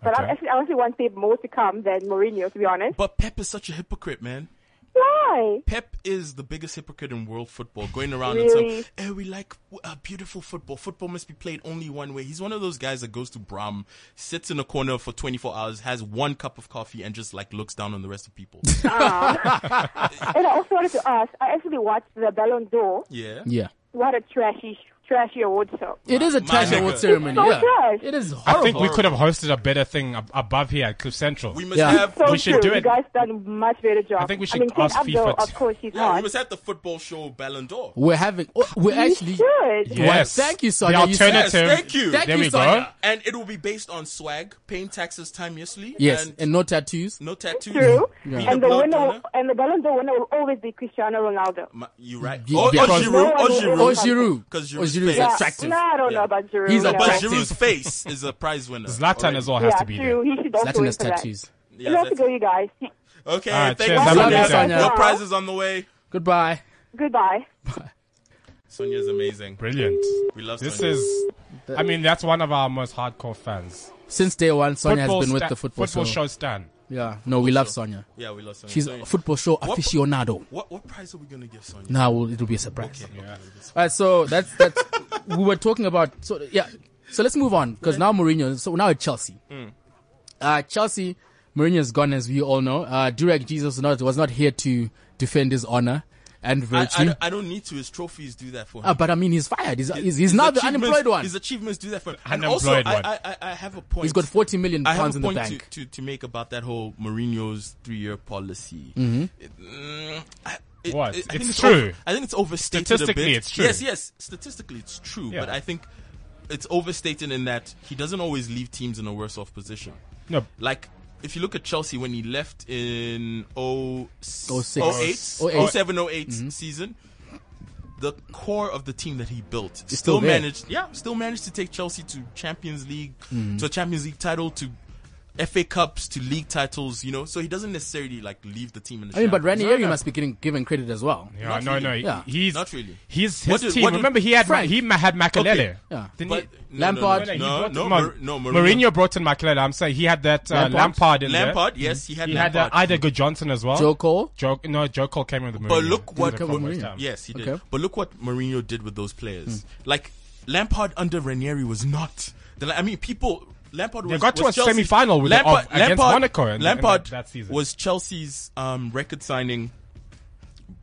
Speaker 4: But I
Speaker 3: Okay.
Speaker 4: actually, I actually want Pep more to come than Mourinho, to be honest.
Speaker 2: But Pep is such a hypocrite, man.
Speaker 4: Why?
Speaker 2: Pep is the biggest hypocrite in world football, going around
Speaker 4: Really?
Speaker 2: and saying, "Eh, we like uh, beautiful football. Football must be played only one way." He's one of those guys that goes to Bram, sits in a corner for 24 hours, has one cup of coffee, and just like looks down on the rest of people.
Speaker 4: And I also wanted to ask. I actually watched the Ballon d'Or.
Speaker 2: yeah.
Speaker 1: Yeah.
Speaker 4: What a trashy, trashy award show.
Speaker 1: It is a
Speaker 2: My
Speaker 1: trash
Speaker 2: nigga.
Speaker 1: award ceremony.
Speaker 4: So
Speaker 1: yeah.
Speaker 4: trash.
Speaker 1: It is horrible.
Speaker 3: I think we could have hosted a better thing ab- above here at Cliff Central.
Speaker 2: We must
Speaker 1: Yeah.
Speaker 2: have.
Speaker 4: So
Speaker 3: Uh, We should
Speaker 4: true.
Speaker 3: do
Speaker 4: You
Speaker 3: it.
Speaker 4: guys done a much better job.
Speaker 3: I think we should
Speaker 4: I mean, Kate
Speaker 3: ask
Speaker 4: Abdul,
Speaker 3: FIFA to-
Speaker 4: of course, she's
Speaker 2: yeah, we
Speaker 4: not.
Speaker 2: must have the football show Ballon d'Or.
Speaker 1: We're having. oh, we're actually.
Speaker 4: should.
Speaker 3: Yeah. Yes.
Speaker 1: Well, thank you,
Speaker 3: The
Speaker 1: Sonia. You
Speaker 3: alternative-
Speaker 2: Yes,
Speaker 1: said-
Speaker 3: Tim.
Speaker 2: thank you.
Speaker 1: Thank
Speaker 3: there
Speaker 1: you,
Speaker 3: we go.
Speaker 1: Sonia.
Speaker 2: and it will be based on swag, paying taxes timelessly.
Speaker 1: Yes,
Speaker 2: and,
Speaker 1: and no tattoos.
Speaker 2: no tattoos.
Speaker 4: True.
Speaker 2: being a
Speaker 4: And the
Speaker 2: blood
Speaker 4: winner,
Speaker 2: donor.
Speaker 4: and the Ballon d'Or winner will always be Cristiano Ronaldo.
Speaker 2: Ma- you right?
Speaker 1: Yeah,
Speaker 2: Or, or
Speaker 1: because-
Speaker 2: Giroud. Or
Speaker 4: No,
Speaker 1: Or
Speaker 2: Giroud.
Speaker 1: Giroud.
Speaker 2: Because
Speaker 1: Or
Speaker 2: Giroud's
Speaker 1: Giroud is
Speaker 2: face.
Speaker 1: attractive.
Speaker 4: No, I don't
Speaker 2: Yeah.
Speaker 4: know about Giroud.
Speaker 1: He's a
Speaker 4: no.
Speaker 2: But
Speaker 1: attractive.
Speaker 2: Giroud's face is a prize winner.
Speaker 3: Zlatan
Speaker 2: already.
Speaker 3: as well has
Speaker 4: Yeah,
Speaker 3: to be there.
Speaker 4: true. He should also
Speaker 1: Latin
Speaker 4: win
Speaker 1: has
Speaker 4: for that.
Speaker 1: tattoos.
Speaker 2: Yeah,
Speaker 4: Let's
Speaker 2: that's-
Speaker 4: go, you guys.
Speaker 2: Okay,
Speaker 3: All right,
Speaker 2: thank
Speaker 3: cheers.
Speaker 2: you,
Speaker 3: Have
Speaker 1: a
Speaker 2: Sonia.
Speaker 1: good day, Sonia.
Speaker 2: More prizes on the way.
Speaker 1: Goodbye.
Speaker 4: Goodbye.
Speaker 2: Sonia's amazing.
Speaker 3: Brilliant.
Speaker 2: We love
Speaker 3: This
Speaker 2: Sonia.
Speaker 3: is, I mean, that's one of our most hardcore fans.
Speaker 1: Since day one, Sonia has been with
Speaker 3: sta-
Speaker 1: the football, show.
Speaker 3: show Stan.
Speaker 1: Yeah. No, we love Sonia.
Speaker 2: yeah, we love Sonia.
Speaker 1: She's
Speaker 2: Sonia.
Speaker 1: a football show aficionado.
Speaker 2: What what prize are we gonna give Sonia?
Speaker 1: Now it'll be a surprise.
Speaker 2: Okay.
Speaker 1: All right, so that's that's we were talking about. So yeah, So let's move on because now Mourinho. So now at Chelsea. Uh, Chelsea, Mourinho is gone as we all know. Uh, Durek Jesus was not, was not here to defend his honor and
Speaker 2: I, I
Speaker 1: virtue.
Speaker 2: don't- I don't need to. His trophies do that for him.
Speaker 1: Uh, but I mean, he's fired. He's, he's,
Speaker 2: His
Speaker 1: he's now the
Speaker 2: achievements-
Speaker 1: unemployed one.
Speaker 2: His achievements do that for him. And also, I,
Speaker 3: Unemployed one.
Speaker 2: I, I, I have a point.
Speaker 1: He's got 40 million
Speaker 2: I have
Speaker 1: pounds
Speaker 2: a
Speaker 1: in the
Speaker 2: point
Speaker 1: bank.
Speaker 2: To, to, to make about that whole Mourinho's three-year policy.
Speaker 1: Mm-hmm.
Speaker 2: It- mm, I- it-
Speaker 3: What?
Speaker 2: I think
Speaker 3: It's
Speaker 2: over-
Speaker 3: true.
Speaker 2: I think it's overstated. a
Speaker 3: Statistically,
Speaker 2: bit.
Speaker 3: it's true.
Speaker 2: Yes, yes. Statistically, it's true.
Speaker 3: Yeah.
Speaker 2: But I think it's overstated in that he doesn't always leave teams in a worse-off position.
Speaker 3: No,
Speaker 2: Like if you look at Chelsea when he left in 06,
Speaker 1: 06,
Speaker 2: 08,
Speaker 1: 08.
Speaker 2: 07, 08 season, the core of the team that he built still,
Speaker 1: there.
Speaker 2: managed, yeah, still managed to take Chelsea to Champions League, to a Champions League title, to FA Cups, to league titles. You know, so he doesn't necessarily like leave the team in. The
Speaker 1: I mean, but
Speaker 2: shambles.
Speaker 1: Ranieri must be getting, given credit as well.
Speaker 3: yeah,
Speaker 2: Not
Speaker 3: no,
Speaker 2: really.
Speaker 3: no.
Speaker 1: Yeah.
Speaker 3: he- He's
Speaker 2: Not really.
Speaker 3: He's his
Speaker 2: What did-
Speaker 3: team.
Speaker 2: what did-
Speaker 3: Remember, he had Ma-
Speaker 1: Frank.
Speaker 3: he ma- had Makalele.
Speaker 2: Okay.
Speaker 1: Yeah.
Speaker 3: Didn't
Speaker 2: But-
Speaker 3: he?
Speaker 2: no, no,
Speaker 1: Lampard-
Speaker 2: no,
Speaker 3: he
Speaker 2: no,
Speaker 3: brought
Speaker 2: no,
Speaker 3: in
Speaker 2: Mar-
Speaker 3: Mar-
Speaker 2: no,
Speaker 3: Mourinho brought in Makalele. I'm saying he had that uh,
Speaker 1: Lampard.
Speaker 3: Lampard in there.
Speaker 2: Lampard, yes, he had
Speaker 3: He had
Speaker 2: Lampard.
Speaker 3: that Ida Good Johnson as well.
Speaker 1: Joe Cole?
Speaker 3: Joe, no, Joe Cole came in with the Mourinho.
Speaker 2: But look what
Speaker 1: he come with Mourinho?
Speaker 2: Yes, he did.
Speaker 1: Okay.
Speaker 2: But look what Mourinho did with those players.
Speaker 3: Hmm.
Speaker 2: Like Lampard under Ranieri was not. The, I mean, people. Lampard was,
Speaker 3: got to a
Speaker 2: was Chelsea-
Speaker 3: semi-final with-
Speaker 2: Lampard,
Speaker 3: of- against
Speaker 2: Lampard-
Speaker 3: Monaco in- in
Speaker 2: Lampard
Speaker 3: that- that season.
Speaker 2: was Chelsea's um, record signing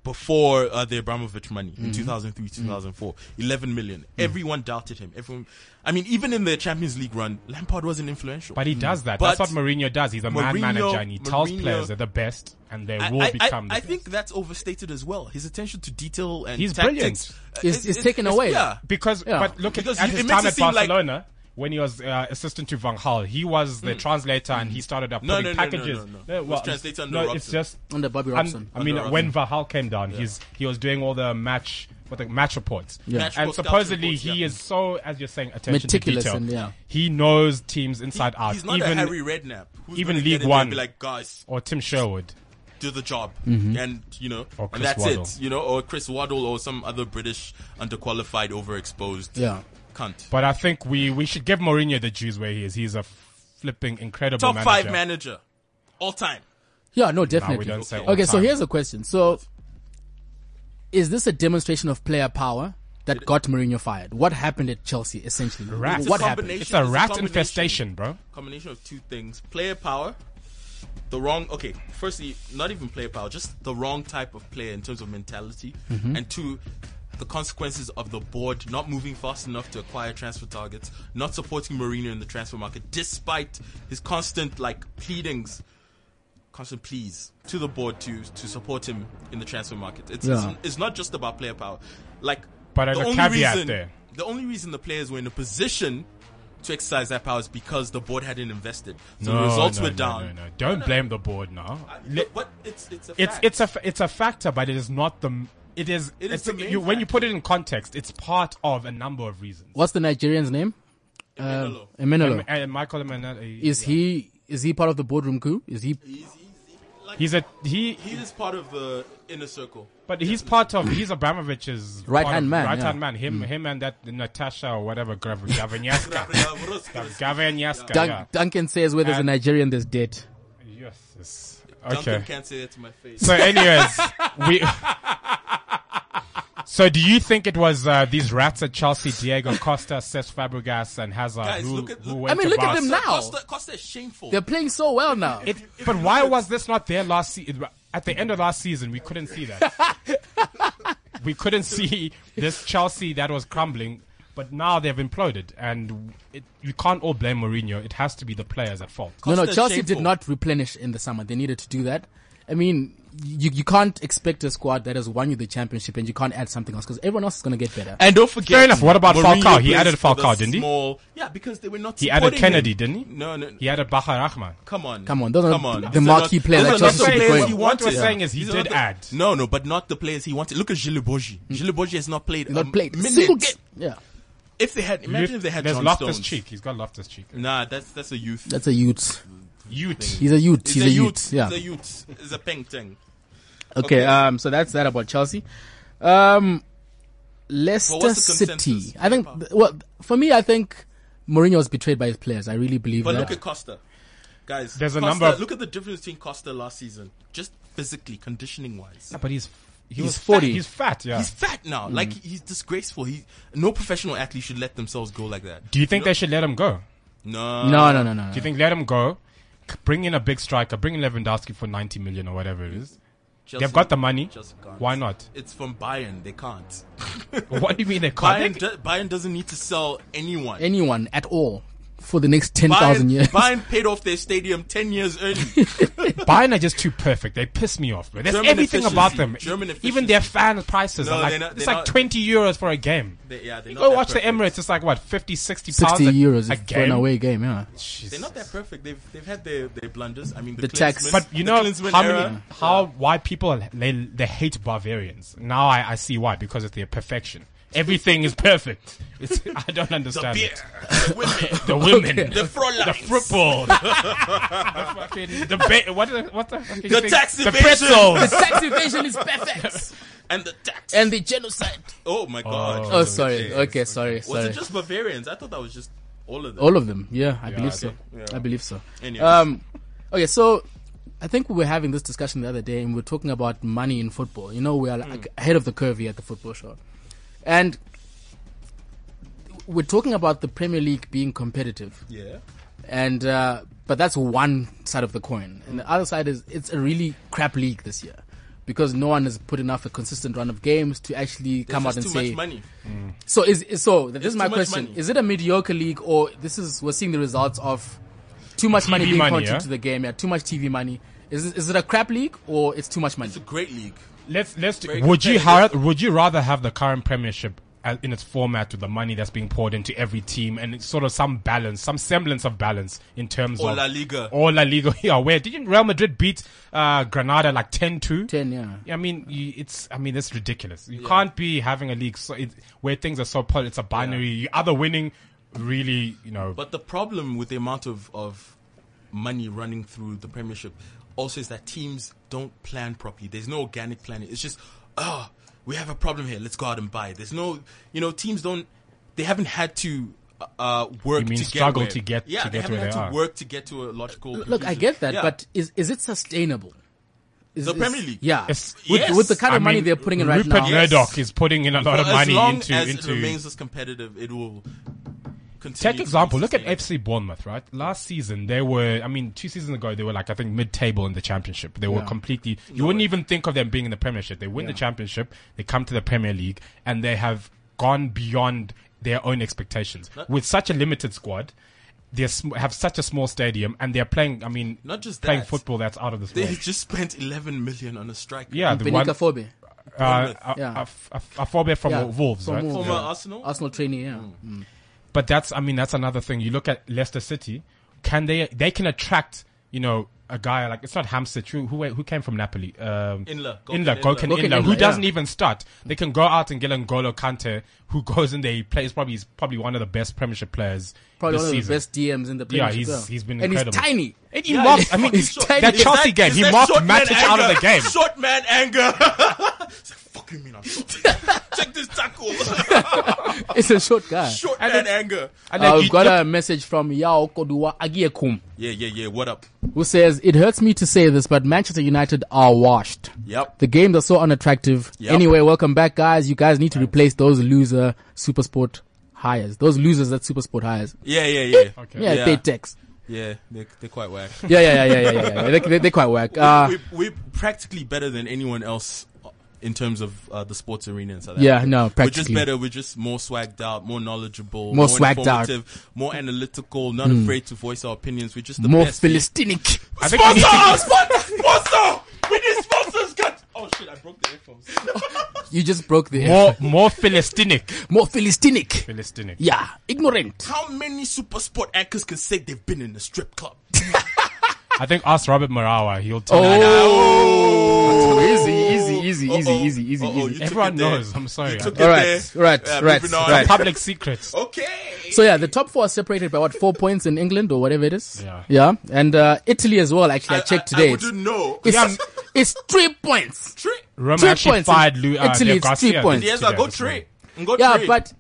Speaker 2: before uh, the Abramovich money
Speaker 3: Mm-hmm.
Speaker 2: in 2003, 2004. 11 million. Everyone doubted him. Everyone. I mean, even in the Champions League run, Lampard wasn't influential.
Speaker 3: But he does that.
Speaker 2: Hmm. But
Speaker 3: That's what Mourinho does. He's a
Speaker 2: Mourinho-
Speaker 3: man manager and he tells
Speaker 2: Mourinho-
Speaker 3: players they're the best and they
Speaker 2: I,
Speaker 3: will
Speaker 2: I- I-
Speaker 3: become the
Speaker 2: I
Speaker 3: best.
Speaker 2: think that's overstated as well. His attention to detail and
Speaker 3: He's
Speaker 2: tactics
Speaker 3: brilliant.
Speaker 2: uh,
Speaker 1: Is- is taken away.
Speaker 2: Yeah,
Speaker 3: Because,
Speaker 1: Yeah.
Speaker 3: but look at,
Speaker 2: Because
Speaker 3: at
Speaker 2: you-
Speaker 3: his
Speaker 2: it makes
Speaker 3: time
Speaker 2: it
Speaker 3: at
Speaker 2: seem like-
Speaker 3: Barcelona when he was uh, assistant to Van Gaal. He was the translator and he started up
Speaker 2: Hmm. No,
Speaker 3: putting
Speaker 2: no, no, no,
Speaker 3: packages.
Speaker 2: no, no.
Speaker 3: No,
Speaker 2: It was translator under
Speaker 3: no, it's
Speaker 2: Robson.
Speaker 3: just
Speaker 1: Under Bobby
Speaker 3: un-
Speaker 1: Robson.
Speaker 3: I mean,
Speaker 2: Under
Speaker 3: when Van Gaal came down, he's he was doing all the match. What the match reports,
Speaker 2: Match
Speaker 3: and
Speaker 2: report, scout
Speaker 3: supposedly
Speaker 2: reports,
Speaker 3: he
Speaker 2: yeah.
Speaker 3: is so, as you're saying, attention
Speaker 1: Meticulous
Speaker 3: to detail.
Speaker 1: and, yeah.
Speaker 3: He knows teams inside out,
Speaker 2: He's not
Speaker 3: even
Speaker 2: a Harry Redknapp. Who's
Speaker 3: even
Speaker 2: gonna get
Speaker 3: League
Speaker 2: in there and
Speaker 3: One.
Speaker 2: Be like, guys,
Speaker 3: or Tim Sherwood.
Speaker 2: do the job, and you know,
Speaker 3: Mm-hmm. Or
Speaker 2: and
Speaker 3: Chris
Speaker 2: that's
Speaker 3: Waddle.
Speaker 2: it. You know, or Chris Waddle or some other British underqualified, overexposed
Speaker 1: Yeah.
Speaker 2: cunt.
Speaker 3: But I think we, we should give Mourinho the juice where he is. He's a flipping incredible
Speaker 2: Top
Speaker 3: manager.
Speaker 2: five manager all time.
Speaker 1: Yeah, no, definitely.
Speaker 3: don't say all
Speaker 1: okay,
Speaker 3: the
Speaker 1: so
Speaker 3: time.
Speaker 1: here's a question. So, is this a demonstration of player power that got Mourinho fired? What happened at Chelsea, essentially?
Speaker 3: Rat.
Speaker 1: What
Speaker 3: It's a
Speaker 1: happened?
Speaker 2: combination-
Speaker 3: It's a
Speaker 2: it's a
Speaker 3: rat
Speaker 2: combination.
Speaker 3: infestation, bro.
Speaker 2: Combination of two things: player power, the wrong. Okay, firstly, not even player power, just the wrong type of player in terms of mentality,
Speaker 3: Mm-hmm.
Speaker 2: and two. The consequences of the board not moving fast enough to acquire transfer targets, not supporting Mourinho in the transfer market, despite his constant like pleadings constant pleas to the board to to support him in the transfer market. It's
Speaker 1: Yeah.
Speaker 2: it's, it's not just about player power. Like,
Speaker 3: But
Speaker 2: the
Speaker 3: as a
Speaker 2: only
Speaker 3: caveat
Speaker 2: reason,
Speaker 3: there.
Speaker 2: the only reason the players were in a position to exercise that power is because the board hadn't invested. So the results
Speaker 3: no,
Speaker 2: were
Speaker 3: no,
Speaker 2: down.
Speaker 3: No, no, Don't blame the board now.
Speaker 2: I-
Speaker 3: Le-
Speaker 2: but it's it's a
Speaker 3: It's
Speaker 2: fact.
Speaker 3: it's a f- it's a factor, but it is not the. m- It is.
Speaker 2: It is
Speaker 3: it's,
Speaker 2: the main
Speaker 3: you, when you
Speaker 2: factor.
Speaker 3: put it in context, it's part of a number of reasons.
Speaker 1: What's the Nigerian's name?
Speaker 2: Emenelo.
Speaker 1: Emenelo.
Speaker 3: And, and Michael Emanelli
Speaker 1: is he is he part of the boardroom coup? Is he?
Speaker 2: he's, he's, like,
Speaker 3: He's a he,
Speaker 2: he is part of the inner circle.
Speaker 3: but he's part of he's Abramovich's
Speaker 1: Right-hand man,
Speaker 3: Right hand
Speaker 1: yeah. Mm.
Speaker 3: man, him him and that Natasha or whatever Grav- Gavranyaska, Gavranyaska.
Speaker 1: Dun-
Speaker 3: yeah.
Speaker 1: Duncan says where there's a
Speaker 3: And-
Speaker 1: Nigerian, there's dead.
Speaker 3: Yes, yes.
Speaker 2: Duncan
Speaker 3: Okay.
Speaker 2: can't say that to my face.
Speaker 3: So, anyways, we. So, do you think it was uh, these rats at Chelsea, Diego Costa, Cesc Fabregas, and Hazard
Speaker 2: Guys,
Speaker 3: who,
Speaker 2: look at-
Speaker 3: who
Speaker 2: look-
Speaker 3: went
Speaker 1: I mean,
Speaker 3: to
Speaker 1: look at them
Speaker 3: Barca?
Speaker 1: now.
Speaker 2: Costa, Costa is shameful.
Speaker 1: They're playing so well now.
Speaker 3: It,
Speaker 2: if
Speaker 3: but
Speaker 2: you
Speaker 3: why
Speaker 2: look at-
Speaker 3: was this not there last season? At the end of last season, we couldn't see that. we couldn't see this Chelsea that was crumbling, but now they've imploded, and it, you can't all blame Mourinho. It has to be the players at fault.
Speaker 1: no, no,
Speaker 2: Costa's
Speaker 1: Chelsea
Speaker 2: shameful.
Speaker 1: did not replenish in the summer. They needed to do that. I mean, you you can't expect a squad that has won you the championship and you can't add something else because everyone else is going to get better.
Speaker 2: And don't forget.
Speaker 3: Fair enough. What about Falcao? He
Speaker 2: plays
Speaker 3: added
Speaker 2: for the
Speaker 3: Falcao, didn't he?
Speaker 2: Small, yeah, because they were not.
Speaker 3: He added
Speaker 2: supporting
Speaker 3: Kennedy,
Speaker 2: him.
Speaker 3: didn't he?
Speaker 2: No, no.
Speaker 3: He had a Bahar Rahman.
Speaker 2: Come on,
Speaker 1: Come on, those are
Speaker 2: come on.
Speaker 1: the
Speaker 2: These are
Speaker 1: marquee
Speaker 2: not-
Speaker 1: players that
Speaker 2: those are not
Speaker 1: Chelsea
Speaker 2: the
Speaker 1: should be
Speaker 2: players
Speaker 1: going.
Speaker 2: he
Speaker 3: What we're
Speaker 2: wanted.
Speaker 3: saying is he
Speaker 2: These are not
Speaker 3: did
Speaker 2: the-
Speaker 3: add.
Speaker 2: No, no, but not the players he wanted. Look at Giliboji. Giliboji has not played.
Speaker 3: um,
Speaker 1: not
Speaker 2: a
Speaker 1: played a
Speaker 2: minute.
Speaker 1: single game. Yeah,
Speaker 2: If they had, imagine
Speaker 3: You-
Speaker 2: if they had
Speaker 3: There's
Speaker 2: John
Speaker 3: Loftus
Speaker 2: Stones.
Speaker 3: Cheek. He's got Loftus Cheek.
Speaker 2: Nah, that's that's a youth.
Speaker 1: that's a youth.
Speaker 3: Ute.
Speaker 1: He's a youth. He's, a, youth. Yeah.
Speaker 2: It's a youth. It's a peng teng.
Speaker 1: Okay,
Speaker 2: Okay.
Speaker 1: um, so that's that about Chelsea. Um, Leicester
Speaker 2: what's the
Speaker 1: City.
Speaker 2: consensus?
Speaker 1: I think. th- Well, for me, I think Mourinho was betrayed by his players. I really believe
Speaker 2: But
Speaker 1: that.
Speaker 2: look at Costa, guys.
Speaker 3: There's a
Speaker 2: Costa-
Speaker 3: number of-
Speaker 2: Look at the difference between Costa last season, just physically, conditioning wise.
Speaker 3: But he's he
Speaker 2: He's
Speaker 3: was
Speaker 1: 40.
Speaker 3: Fat. He's fat. Yeah.
Speaker 2: He's fat now.
Speaker 1: Mm.
Speaker 2: Like he's disgraceful. He no professional athlete should let themselves go like that.
Speaker 3: Do you think they should let him go?
Speaker 2: No.
Speaker 1: No, no, no, no.
Speaker 3: Do you think let him go? C- Bring in a big striker. Bring in Lewandowski for 90 million or whatever it is.
Speaker 2: Chelsea-
Speaker 3: They've got the money.
Speaker 2: Chelsea can't.
Speaker 3: Why not?
Speaker 2: It's from Bayern. They can't.
Speaker 3: What do you mean they can't?
Speaker 2: Bayern,
Speaker 3: They-
Speaker 2: do, Bayern doesn't need to sell anyone.
Speaker 1: Anyone at all for the next 10,000
Speaker 2: Bayern,
Speaker 1: years.
Speaker 2: Bayern paid off their stadium ten years early.
Speaker 3: Bayern are just too perfect. They piss me off, bro. There's
Speaker 2: German
Speaker 3: everything about
Speaker 2: efficiency.
Speaker 3: them.
Speaker 2: German
Speaker 3: Even
Speaker 2: efficiency.
Speaker 3: their fan prices
Speaker 2: No,
Speaker 3: are like,
Speaker 2: they're not-
Speaker 3: it's
Speaker 2: they're
Speaker 3: like
Speaker 2: not-
Speaker 3: 20 euros for a game.
Speaker 2: They- yeah, they're
Speaker 3: You
Speaker 2: not
Speaker 3: go
Speaker 2: that
Speaker 3: watch the
Speaker 2: perfect.
Speaker 3: Emirates, it's like what, 50, 60 pounds
Speaker 1: 60
Speaker 3: a,
Speaker 1: euros
Speaker 3: a
Speaker 1: if for an
Speaker 3: game?
Speaker 1: away game, yeah.
Speaker 2: They're
Speaker 3: Jesus.
Speaker 2: not that perfect. They've they've had their, their blunders. I mean, the,
Speaker 1: The tax.
Speaker 2: Klinsmann-
Speaker 3: But you
Speaker 2: the
Speaker 3: know
Speaker 2: Klinsmann
Speaker 3: how
Speaker 2: era.
Speaker 3: many, how why people they they hate Bavarians. Now I, I see why because of their perfection. Everything is perfect. It's, I don't understand
Speaker 2: beer,
Speaker 3: it.
Speaker 2: the women,
Speaker 3: The women,
Speaker 2: the Fräuleins,
Speaker 3: the football, the fucking the ba- what the what the fucking
Speaker 2: The
Speaker 3: thing?
Speaker 2: tax
Speaker 3: the
Speaker 2: evasion.
Speaker 3: pretzels.
Speaker 1: Tax evasion is perfect.
Speaker 2: and the tax.
Speaker 1: And the genocide.
Speaker 2: oh my god.
Speaker 1: Oh, sorry. Okay, sorry,
Speaker 2: Was
Speaker 1: sorry. Oh.
Speaker 2: it just Bavarians? I thought that was just all of them.
Speaker 1: All of them. Yeah, I believe
Speaker 3: I
Speaker 1: so.
Speaker 3: think-
Speaker 1: I believe so.
Speaker 2: Anyway.
Speaker 1: Um, okay, so I think we were having this discussion the other day, and we were talking about money in football. You know, we are
Speaker 2: Mm.
Speaker 1: like ahead of the curve here at the football show, and we're talking about the Premier League being competitive,
Speaker 2: yeah.
Speaker 1: and uh, but that's one side of the coin, and the other side is it's a really crap league this year. Because no one has put enough a consistent run of games to actually come out
Speaker 2: There's
Speaker 1: and
Speaker 2: just too
Speaker 1: say
Speaker 2: much money.
Speaker 1: so is is- so. This is my
Speaker 2: too much
Speaker 1: question:
Speaker 2: money.
Speaker 1: Is it a mediocre league, or this is we're seeing the results of too much money
Speaker 3: TV
Speaker 1: being
Speaker 3: money,
Speaker 1: poured
Speaker 3: yeah?
Speaker 1: into the game? Yeah, too much TV money. Is it- is it a crap league, or it's too much money?
Speaker 2: It's a great league.
Speaker 3: Let's let's. Do,
Speaker 2: Very
Speaker 3: would you hire,
Speaker 2: competitive.
Speaker 3: Would you rather have the current Premiership as- in its format with the money that's being poured into every team and it's sort of some balance, some semblance of balance in terms
Speaker 2: Or
Speaker 3: of
Speaker 2: La Liga.
Speaker 3: or La Liga? Yeah, where didn't Real Madrid beat uh, Granada like 10-2?
Speaker 1: 10, yeah.
Speaker 3: I mean, you, it's I mean that's ridiculous. You can't be having a league so it, where things are so pol- it's a binary. You either winning, really, you know.
Speaker 2: But the problem with the amount of, of money running through the Premiership also is that teams don't plan properly. There's no organic planning. It's just, oh, we have a problem here. Let's go out and buy it. There's no, you know, teams don't, they haven't had to uh, work
Speaker 3: You mean
Speaker 2: to get
Speaker 3: struggle
Speaker 2: where-
Speaker 3: to get-
Speaker 2: yeah,
Speaker 3: to
Speaker 2: they
Speaker 3: get
Speaker 2: haven't
Speaker 3: where
Speaker 2: had
Speaker 3: they
Speaker 2: to
Speaker 3: are.
Speaker 2: work to get to a logical.
Speaker 1: Look, I
Speaker 2: conclusion.
Speaker 1: get that,
Speaker 2: Yeah.
Speaker 1: but is is it sustainable? Is,
Speaker 2: The
Speaker 1: is-
Speaker 2: Premier League?
Speaker 1: yeah,
Speaker 3: Yes.
Speaker 1: With,
Speaker 2: Yes.
Speaker 1: with the kind
Speaker 3: I
Speaker 1: of money
Speaker 3: mean,
Speaker 1: they're putting in right
Speaker 3: Rupert
Speaker 1: now.
Speaker 2: Yes.
Speaker 3: Murdoch is putting in a lot of
Speaker 2: as
Speaker 3: money
Speaker 2: long
Speaker 3: into
Speaker 2: as
Speaker 3: into
Speaker 2: it remains as competitive, it will continue.
Speaker 3: Take
Speaker 2: to be
Speaker 3: example, look at
Speaker 2: sustainable.
Speaker 3: FC Bournemouth, right? Last season they were I mean, two seasons ago they were like I think mid table in the championship. They were
Speaker 1: Yeah.
Speaker 3: completely you wouldn't even think of them being in the premiership. They win the championship, they come to the Premier League and they have gone beyond their own expectations. With such a limited squad, they sm- have such a small stadium and they're playing I mean
Speaker 2: Not just
Speaker 3: playing
Speaker 2: that.
Speaker 3: football that's out of this
Speaker 2: They
Speaker 3: world.
Speaker 2: just spent 11 million on a striker.
Speaker 3: Yeah, the one,
Speaker 1: Benica
Speaker 3: uh,
Speaker 1: Fobe,
Speaker 3: a,
Speaker 1: Yeah.
Speaker 3: a, a, a forward from
Speaker 1: Yeah,
Speaker 3: Wolves,
Speaker 1: from
Speaker 3: right?
Speaker 1: Wolves.
Speaker 2: Former
Speaker 1: Yeah.
Speaker 2: Arsenal.
Speaker 1: Arsenal trainee. Yeah,
Speaker 2: Mm.
Speaker 3: But that's, I mean, that's another thing. You look at Leicester City. Can they? They can attract, you know, a guy like it's not Hamsik who who, who came from Napoli. Um,
Speaker 2: Inler. Gökhan
Speaker 3: Inler, Gökhan
Speaker 2: Inler.
Speaker 1: Gökhan
Speaker 3: Inler, who
Speaker 1: Inler,
Speaker 3: doesn't
Speaker 1: yeah.
Speaker 3: even start. They can go out and get N'Golo Kante, who goes in there. He plays probably he's probably one of the best Premiership players.
Speaker 1: probably
Speaker 3: this
Speaker 1: one of
Speaker 3: season.
Speaker 1: the best DMs in the Premier
Speaker 3: Yeah,
Speaker 1: League,
Speaker 3: he's
Speaker 1: yeah.
Speaker 3: he's been
Speaker 1: and
Speaker 3: incredible.
Speaker 1: he's tiny.
Speaker 3: And he mocked. I mean,
Speaker 1: he's
Speaker 3: that
Speaker 1: tiny. Is
Speaker 3: Chelsea
Speaker 2: that-
Speaker 3: game,
Speaker 2: is
Speaker 3: he
Speaker 2: that
Speaker 3: mocked
Speaker 2: short man
Speaker 3: Matic out of
Speaker 2: anger?
Speaker 3: the game.
Speaker 2: Short man anger. it's like, fuck you mean I'm short? Check this tackle.
Speaker 1: It's a short guy.
Speaker 2: short man anger.
Speaker 3: And then
Speaker 1: Uh,
Speaker 3: you
Speaker 1: we've got
Speaker 3: look-
Speaker 1: a message from Yao Kodua Agiekum.
Speaker 2: Yeah, yeah, yeah. What up?
Speaker 1: who says, It hurts me to say this, but Manchester United are washed.
Speaker 2: Yep.
Speaker 1: The games are so unattractive.
Speaker 2: Yep.
Speaker 1: Anyway, welcome back, guys. You guys need to replace those loser Supersport hires. Those losers that Supersport hires.
Speaker 2: Yeah, yeah, yeah.
Speaker 3: Okay.
Speaker 1: Yeah,
Speaker 2: Yeah.
Speaker 1: paid tax.
Speaker 2: Yeah, they're, they're quite whack.
Speaker 1: Yeah, yeah, yeah, yeah, yeah, yeah. yeah. They, they, they're quite whack. Uh,
Speaker 2: we, we're practically better than anyone else in terms of uh, the sports arena in South
Speaker 1: Yeah,
Speaker 2: Africa.
Speaker 1: no,
Speaker 2: We're
Speaker 1: practically.
Speaker 2: just better. We're just more swagged out, more knowledgeable,
Speaker 1: More swagged out.
Speaker 2: informative, more analytical, not
Speaker 3: Hmm.
Speaker 2: afraid to voice our opinions. We're just the
Speaker 1: more
Speaker 2: best.
Speaker 1: Philistinic.
Speaker 3: I think we need to-
Speaker 2: Sponsor! Sponsor! We need sponsors! God! Oh shit, I broke the headphones.
Speaker 1: You just broke the
Speaker 3: more more Philistinic,
Speaker 1: more Philistinic.
Speaker 3: Philistinic.
Speaker 1: Yeah, ignorant.
Speaker 2: How many super sport anchors can say they've been in a strip club?
Speaker 3: I think ask Robert Morawa. He'll tell. you.
Speaker 1: Oh, easy, easy, easy, easy,
Speaker 2: Uh-oh.
Speaker 1: easy, easy,
Speaker 2: Uh-oh, you
Speaker 1: easy.
Speaker 2: took
Speaker 3: Everyone
Speaker 2: it there.
Speaker 3: knows. I'm sorry.
Speaker 2: You took
Speaker 1: All
Speaker 2: it
Speaker 1: right,
Speaker 2: there.
Speaker 1: right,
Speaker 2: Yeah,
Speaker 1: right,
Speaker 2: moving on.
Speaker 1: right.
Speaker 3: Public secrets.
Speaker 2: Okay.
Speaker 1: So yeah, the top four are separated by what four points in England or whatever it is.
Speaker 3: Yeah.
Speaker 1: yeah, and uh, Italy as well. Actually, I, checked
Speaker 2: I,
Speaker 1: today.
Speaker 2: wouldn't know.
Speaker 1: It's,
Speaker 3: Yeah.
Speaker 1: it's three points.
Speaker 2: Tri-
Speaker 3: Roma
Speaker 1: Three
Speaker 3: actually
Speaker 1: points
Speaker 3: fired
Speaker 1: in
Speaker 3: Lou,
Speaker 1: Italy,
Speaker 3: uh, Diego
Speaker 1: it's three
Speaker 3: Garcia
Speaker 1: points.
Speaker 3: this-
Speaker 2: Yes, I
Speaker 3: today
Speaker 2: go
Speaker 3: this
Speaker 2: three.
Speaker 3: morning.
Speaker 2: Ngo
Speaker 1: yeah,
Speaker 2: trade.
Speaker 1: but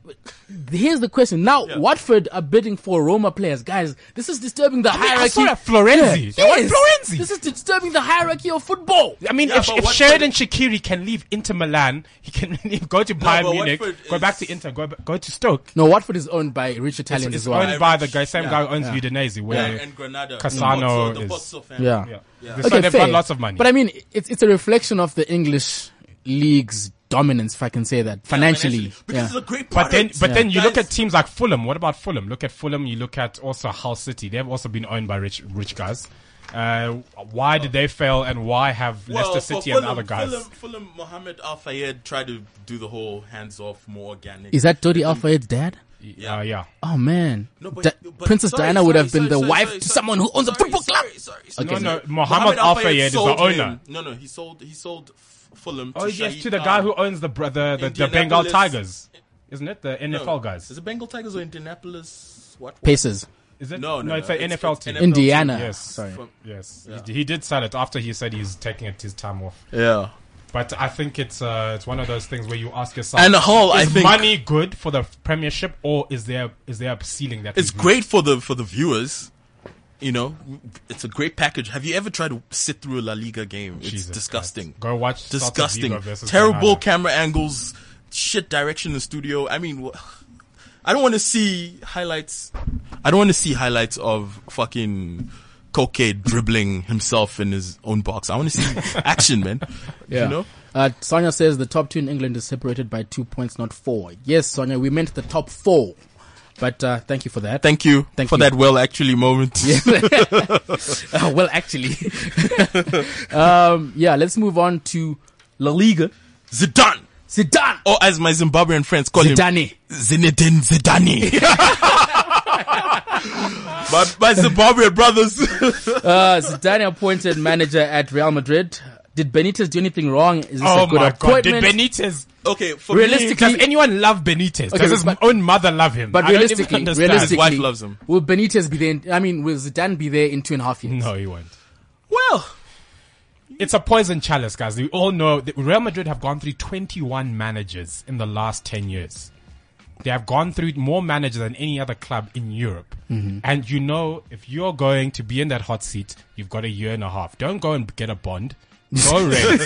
Speaker 1: here's the question. Now,
Speaker 2: Yeah.
Speaker 1: Watford are bidding for Roma players. Guys, this is disturbing the
Speaker 3: mean, I
Speaker 1: hierarchy.
Speaker 3: saw that Florenzi. They want
Speaker 1: Yes.
Speaker 3: Florenzi.
Speaker 1: This is disturbing the hierarchy of football.
Speaker 3: I mean,
Speaker 2: Yeah,
Speaker 3: if,
Speaker 2: but
Speaker 3: if
Speaker 2: Watford-
Speaker 3: Sheridan Shakiri can leave Inter Milan, he can go to Bayern
Speaker 2: but
Speaker 3: Munich,
Speaker 2: Watford
Speaker 3: go back
Speaker 2: is-
Speaker 3: to Inter, go, b- go to Stoke.
Speaker 1: No, Watford is owned by rich Italians
Speaker 3: It's
Speaker 1: as well.
Speaker 3: owned by the guy, same guy who owns Udinese,
Speaker 2: Yeah,
Speaker 3: where
Speaker 2: and Granada. Mm.
Speaker 3: Cassano
Speaker 2: the
Speaker 3: is-
Speaker 2: um, Pozzo- the Pozzo family.
Speaker 1: yeah.
Speaker 3: yeah.
Speaker 1: Okay,
Speaker 3: so they've
Speaker 1: fair.
Speaker 3: got lots of money.
Speaker 1: But I mean, it's it's a reflection of the English league's dominance, if I can say that, financially.
Speaker 2: Because
Speaker 1: Yeah.
Speaker 2: it's a great
Speaker 3: But
Speaker 2: product.
Speaker 3: then, but then you look
Speaker 2: Guys,
Speaker 3: at teams like Fulham. What about Fulham? Look at Fulham. You look at also Hull City. They've also been owned by rich, rich guys. Uh, why did they fail, and why have
Speaker 2: well,
Speaker 3: Leicester
Speaker 2: for
Speaker 3: City and
Speaker 2: Fulham-
Speaker 3: other guys?
Speaker 2: Fulham, Fulham Mohamed Al Fayed tried to do the whole hands off, more organic.
Speaker 1: Is that Dodi Al Fayed's dad?
Speaker 3: Yeah, uh, yeah.
Speaker 1: Oh man,
Speaker 2: No, but-
Speaker 1: Di-
Speaker 2: but-
Speaker 1: Princess
Speaker 2: sorry,
Speaker 1: Diana would
Speaker 2: sorry,
Speaker 1: have been
Speaker 2: sorry,
Speaker 1: the
Speaker 2: sorry,
Speaker 1: wife
Speaker 2: sorry,
Speaker 1: to
Speaker 2: sorry,
Speaker 1: someone who owns
Speaker 2: sorry,
Speaker 1: a football club.
Speaker 2: sorry, sorry, sorry.
Speaker 1: Okay.
Speaker 3: No, no, Mohamed Al Fayed is the
Speaker 2: sold
Speaker 3: owner.
Speaker 2: him. No, no, he sold. He sold F- Fulham.
Speaker 3: Oh
Speaker 2: to
Speaker 3: yes,
Speaker 2: Shahid
Speaker 3: to the
Speaker 2: Khan.
Speaker 3: guy who owns the br- the, the, the Bengal
Speaker 2: Indianapolis-
Speaker 3: Tigers, isn't it? The
Speaker 2: No,
Speaker 3: NFL guys.
Speaker 2: Is it Bengal Tigers or Indianapolis? What? what?
Speaker 1: Paces,
Speaker 3: Is it?
Speaker 2: No, no,
Speaker 3: it's
Speaker 2: no,
Speaker 3: an
Speaker 2: it's-
Speaker 3: NFL
Speaker 2: it's
Speaker 3: team.
Speaker 2: NFL.
Speaker 1: Indiana.
Speaker 3: Yes.
Speaker 1: Sorry.
Speaker 2: From-
Speaker 3: Yes, he, he did sell it after he said he's taking it his time off.
Speaker 2: yeah.
Speaker 3: But I think it's uh, it's one of those things where you ask yourself,
Speaker 2: And Hull, I
Speaker 3: is
Speaker 2: think,
Speaker 3: money good for the Premiership, or is there is there a ceiling that
Speaker 2: it's
Speaker 3: we've
Speaker 2: great for the for the viewers. You know, it's a great package. Have you ever tried to sit through a La Liga game? It's
Speaker 3: Jesus
Speaker 2: disgusting.
Speaker 3: Christ. Go watch Celta
Speaker 2: disgusting.
Speaker 3: Vigo versus
Speaker 2: Terrible
Speaker 3: Granada.
Speaker 2: camera angles, shit direction in the studio. I mean, wha- I don't want to see highlights. I don't want to see highlights of fucking Koke dribbling himself in his own box. I want to see action, man.
Speaker 1: Yeah.
Speaker 2: You know?
Speaker 1: Uh, Sonia says the top two in England is separated by two points, not four. Yes, Sonia, we meant the top four, but uh, thank you for that.
Speaker 2: Thank you
Speaker 1: Thank
Speaker 2: for
Speaker 1: you.
Speaker 2: that well actually moment.
Speaker 1: Oh, well, actually, um, yeah. Let's move on to La Liga.
Speaker 2: Zidane!
Speaker 1: Zidane,
Speaker 2: Or as my Zimbabwean friends call him,
Speaker 1: Zidane.
Speaker 2: Zinedine Zidane. my, my Zimbabwean brothers.
Speaker 1: Uh, Zidane appointed manager at Real Madrid. Did Benitez do anything wrong? Is this
Speaker 3: Oh
Speaker 1: a good
Speaker 3: my god! Did
Speaker 1: appointment?
Speaker 3: Benitez?
Speaker 2: okay, for
Speaker 1: Realistic-
Speaker 3: Does anyone love Benitez?
Speaker 1: Okay,
Speaker 3: Does his
Speaker 1: but-
Speaker 3: own mother love him?
Speaker 1: but
Speaker 3: I don't even
Speaker 1: realistically,
Speaker 3: understand.
Speaker 1: realistically,
Speaker 2: wife loves him.
Speaker 1: Will Benitez be there? In, I mean, will Zidane be there in two and a half years?
Speaker 3: no, he won't.
Speaker 2: well,
Speaker 3: It's a poison chalice, guys. We all know that Real Madrid have gone through 21 managers in the last 10 years. They have gone through more managers than any other club in Europe.
Speaker 1: Mm-hmm.
Speaker 3: And you know, if you're going to be in that hot seat, you've got a year and a half. Don't go and get a bond. Go rent.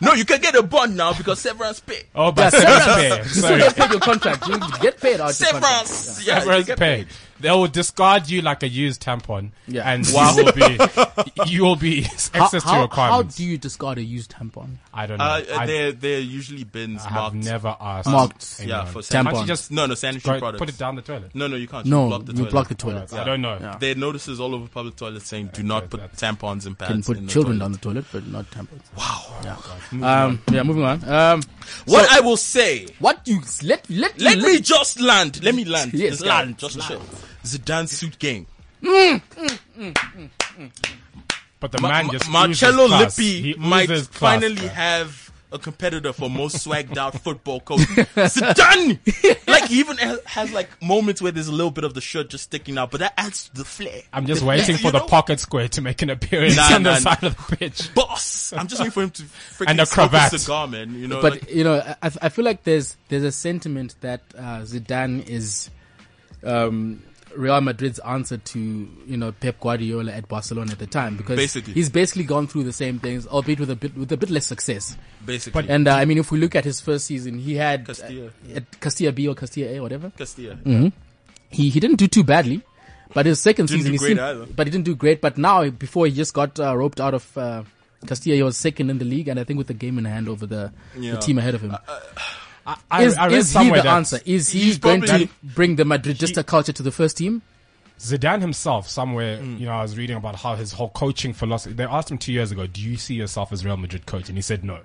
Speaker 2: no, you can get a bond now because severance pay.
Speaker 3: oh, but
Speaker 1: Severance.
Speaker 3: severance pay.
Speaker 1: You still
Speaker 3: Sorry.
Speaker 1: don't pay your contract. You get paid out. your contract.
Speaker 2: Severance, yeah, you
Speaker 3: Severance
Speaker 2: get
Speaker 3: pay. They will discard you like a used tampon.
Speaker 1: Yeah.
Speaker 3: And you will be, you will be
Speaker 1: How,
Speaker 3: access to
Speaker 1: how, how
Speaker 3: requirements.
Speaker 1: do you discard a used tampon?
Speaker 3: I don't know.
Speaker 2: Uh,
Speaker 3: I,
Speaker 2: they're they're usually bins
Speaker 3: I have
Speaker 2: marked.
Speaker 3: never asked.
Speaker 1: Marked.
Speaker 3: anyone.
Speaker 2: yeah, for
Speaker 1: Tampons.
Speaker 3: Can't you just
Speaker 2: No, no sanitary
Speaker 3: go-
Speaker 2: products.
Speaker 3: put it down the toilet?
Speaker 2: No, no, you can't.
Speaker 1: No,
Speaker 2: you block the
Speaker 1: you
Speaker 2: toilet.
Speaker 1: block the toilet.
Speaker 3: I don't know.
Speaker 1: Yeah.
Speaker 2: There are notices all over public toilets saying do not put tampons and
Speaker 1: You can
Speaker 2: pads. in
Speaker 1: put
Speaker 2: the
Speaker 1: children
Speaker 2: toilet.
Speaker 1: down the toilet, but not tampons. Wow. Um, yeah, moving on. Um,
Speaker 2: What I will say.
Speaker 1: what you let let
Speaker 2: Let
Speaker 1: you
Speaker 2: me just land. Let me land.
Speaker 1: Yes,
Speaker 2: Just
Speaker 1: go on.
Speaker 2: land. Just land. Zidane suit game.
Speaker 3: But the
Speaker 2: Ma-
Speaker 3: man
Speaker 2: Ma-
Speaker 3: just
Speaker 2: Marcello
Speaker 3: oozes class.
Speaker 2: Lippi
Speaker 3: He
Speaker 2: might
Speaker 3: oozes class,
Speaker 2: finally
Speaker 3: bruh.
Speaker 2: have a competitor for most swagged out football coach. Zidane! like, he even ha- has, like, moments where there's a little bit of the shirt just sticking out, but that adds to the flair.
Speaker 3: I'm just waiting
Speaker 2: You
Speaker 3: for the
Speaker 2: know-
Speaker 3: pocket square to make an appearance
Speaker 2: Nah,
Speaker 3: on the
Speaker 2: nah,
Speaker 3: side of the pitch.
Speaker 2: Boss! I'm just waiting for him to freaking
Speaker 3: And a
Speaker 2: smoke
Speaker 3: cravat.
Speaker 2: cigar, man. You know,
Speaker 1: but
Speaker 2: like,
Speaker 1: you know, I- I, I feel like there's there's a sentiment that uh, Zidane is um, Real Madrid's answer to you know Pep Guardiola at Barcelona at the time because
Speaker 2: Basically.
Speaker 1: he's basically gone through the same things, albeit with a bit with a bit less success.
Speaker 2: basically.
Speaker 1: And uh, I mean, if we look at his first season, he had
Speaker 2: Castilla.
Speaker 1: uh, Mm-hmm. at Castilla B or Castilla A, whatever.
Speaker 2: Castilla.
Speaker 1: He he didn't do too badly, but his 2nd
Speaker 2: do
Speaker 1: season he
Speaker 2: great
Speaker 1: seemed,
Speaker 2: either.
Speaker 1: but he didn't do great. But now before he just got uh, roped out of. Uh, Castilla, he was second in the league, and I think with the game in hand over the,
Speaker 2: Yeah.
Speaker 1: the team ahead of him
Speaker 3: I,
Speaker 1: is,
Speaker 3: I read
Speaker 1: is he
Speaker 3: somewhere
Speaker 1: the
Speaker 3: that
Speaker 1: answer? Is he
Speaker 2: he's
Speaker 1: going to
Speaker 2: probably-
Speaker 1: bring the Madridista culture to the first team?
Speaker 3: Zidane himself, somewhere,
Speaker 2: Mm.
Speaker 3: you know, I was reading about how his whole coaching philosophy. They asked him two years ago, "Do you see yourself as Real Madrid coach?" And he said, "No."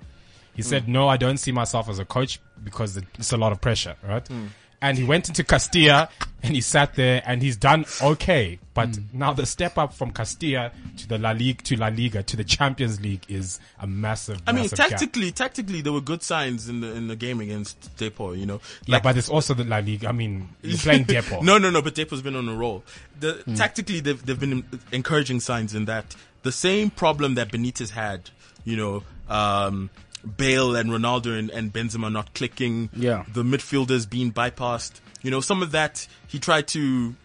Speaker 3: He said,
Speaker 2: Mm.
Speaker 3: "No, I don't see myself as a coach because it- it's a lot of pressure, right?"
Speaker 2: Mm.
Speaker 3: And he went into Castilla and he sat there and he's done okay, but
Speaker 2: Mm.
Speaker 3: now the step up from Castilla to the La Liga to La Liga to the Champions League is a massive.
Speaker 2: I mean,
Speaker 3: massive gap.
Speaker 2: tactically, tactically, there were good signs in the in the game against Depor. You know,
Speaker 3: Yeah, but it's also the La Liga. I mean, you're playing Hmm. Depor.
Speaker 2: No, no, no. But Depo's been on a roll. The, Tactically, they've they've been encouraging signs in that the same problem that Benitez had. You know, um, Bale and Ronaldo and, and Benzema not clicking.
Speaker 1: Yeah.
Speaker 2: The midfielders being bypassed. You know, some of that he tried to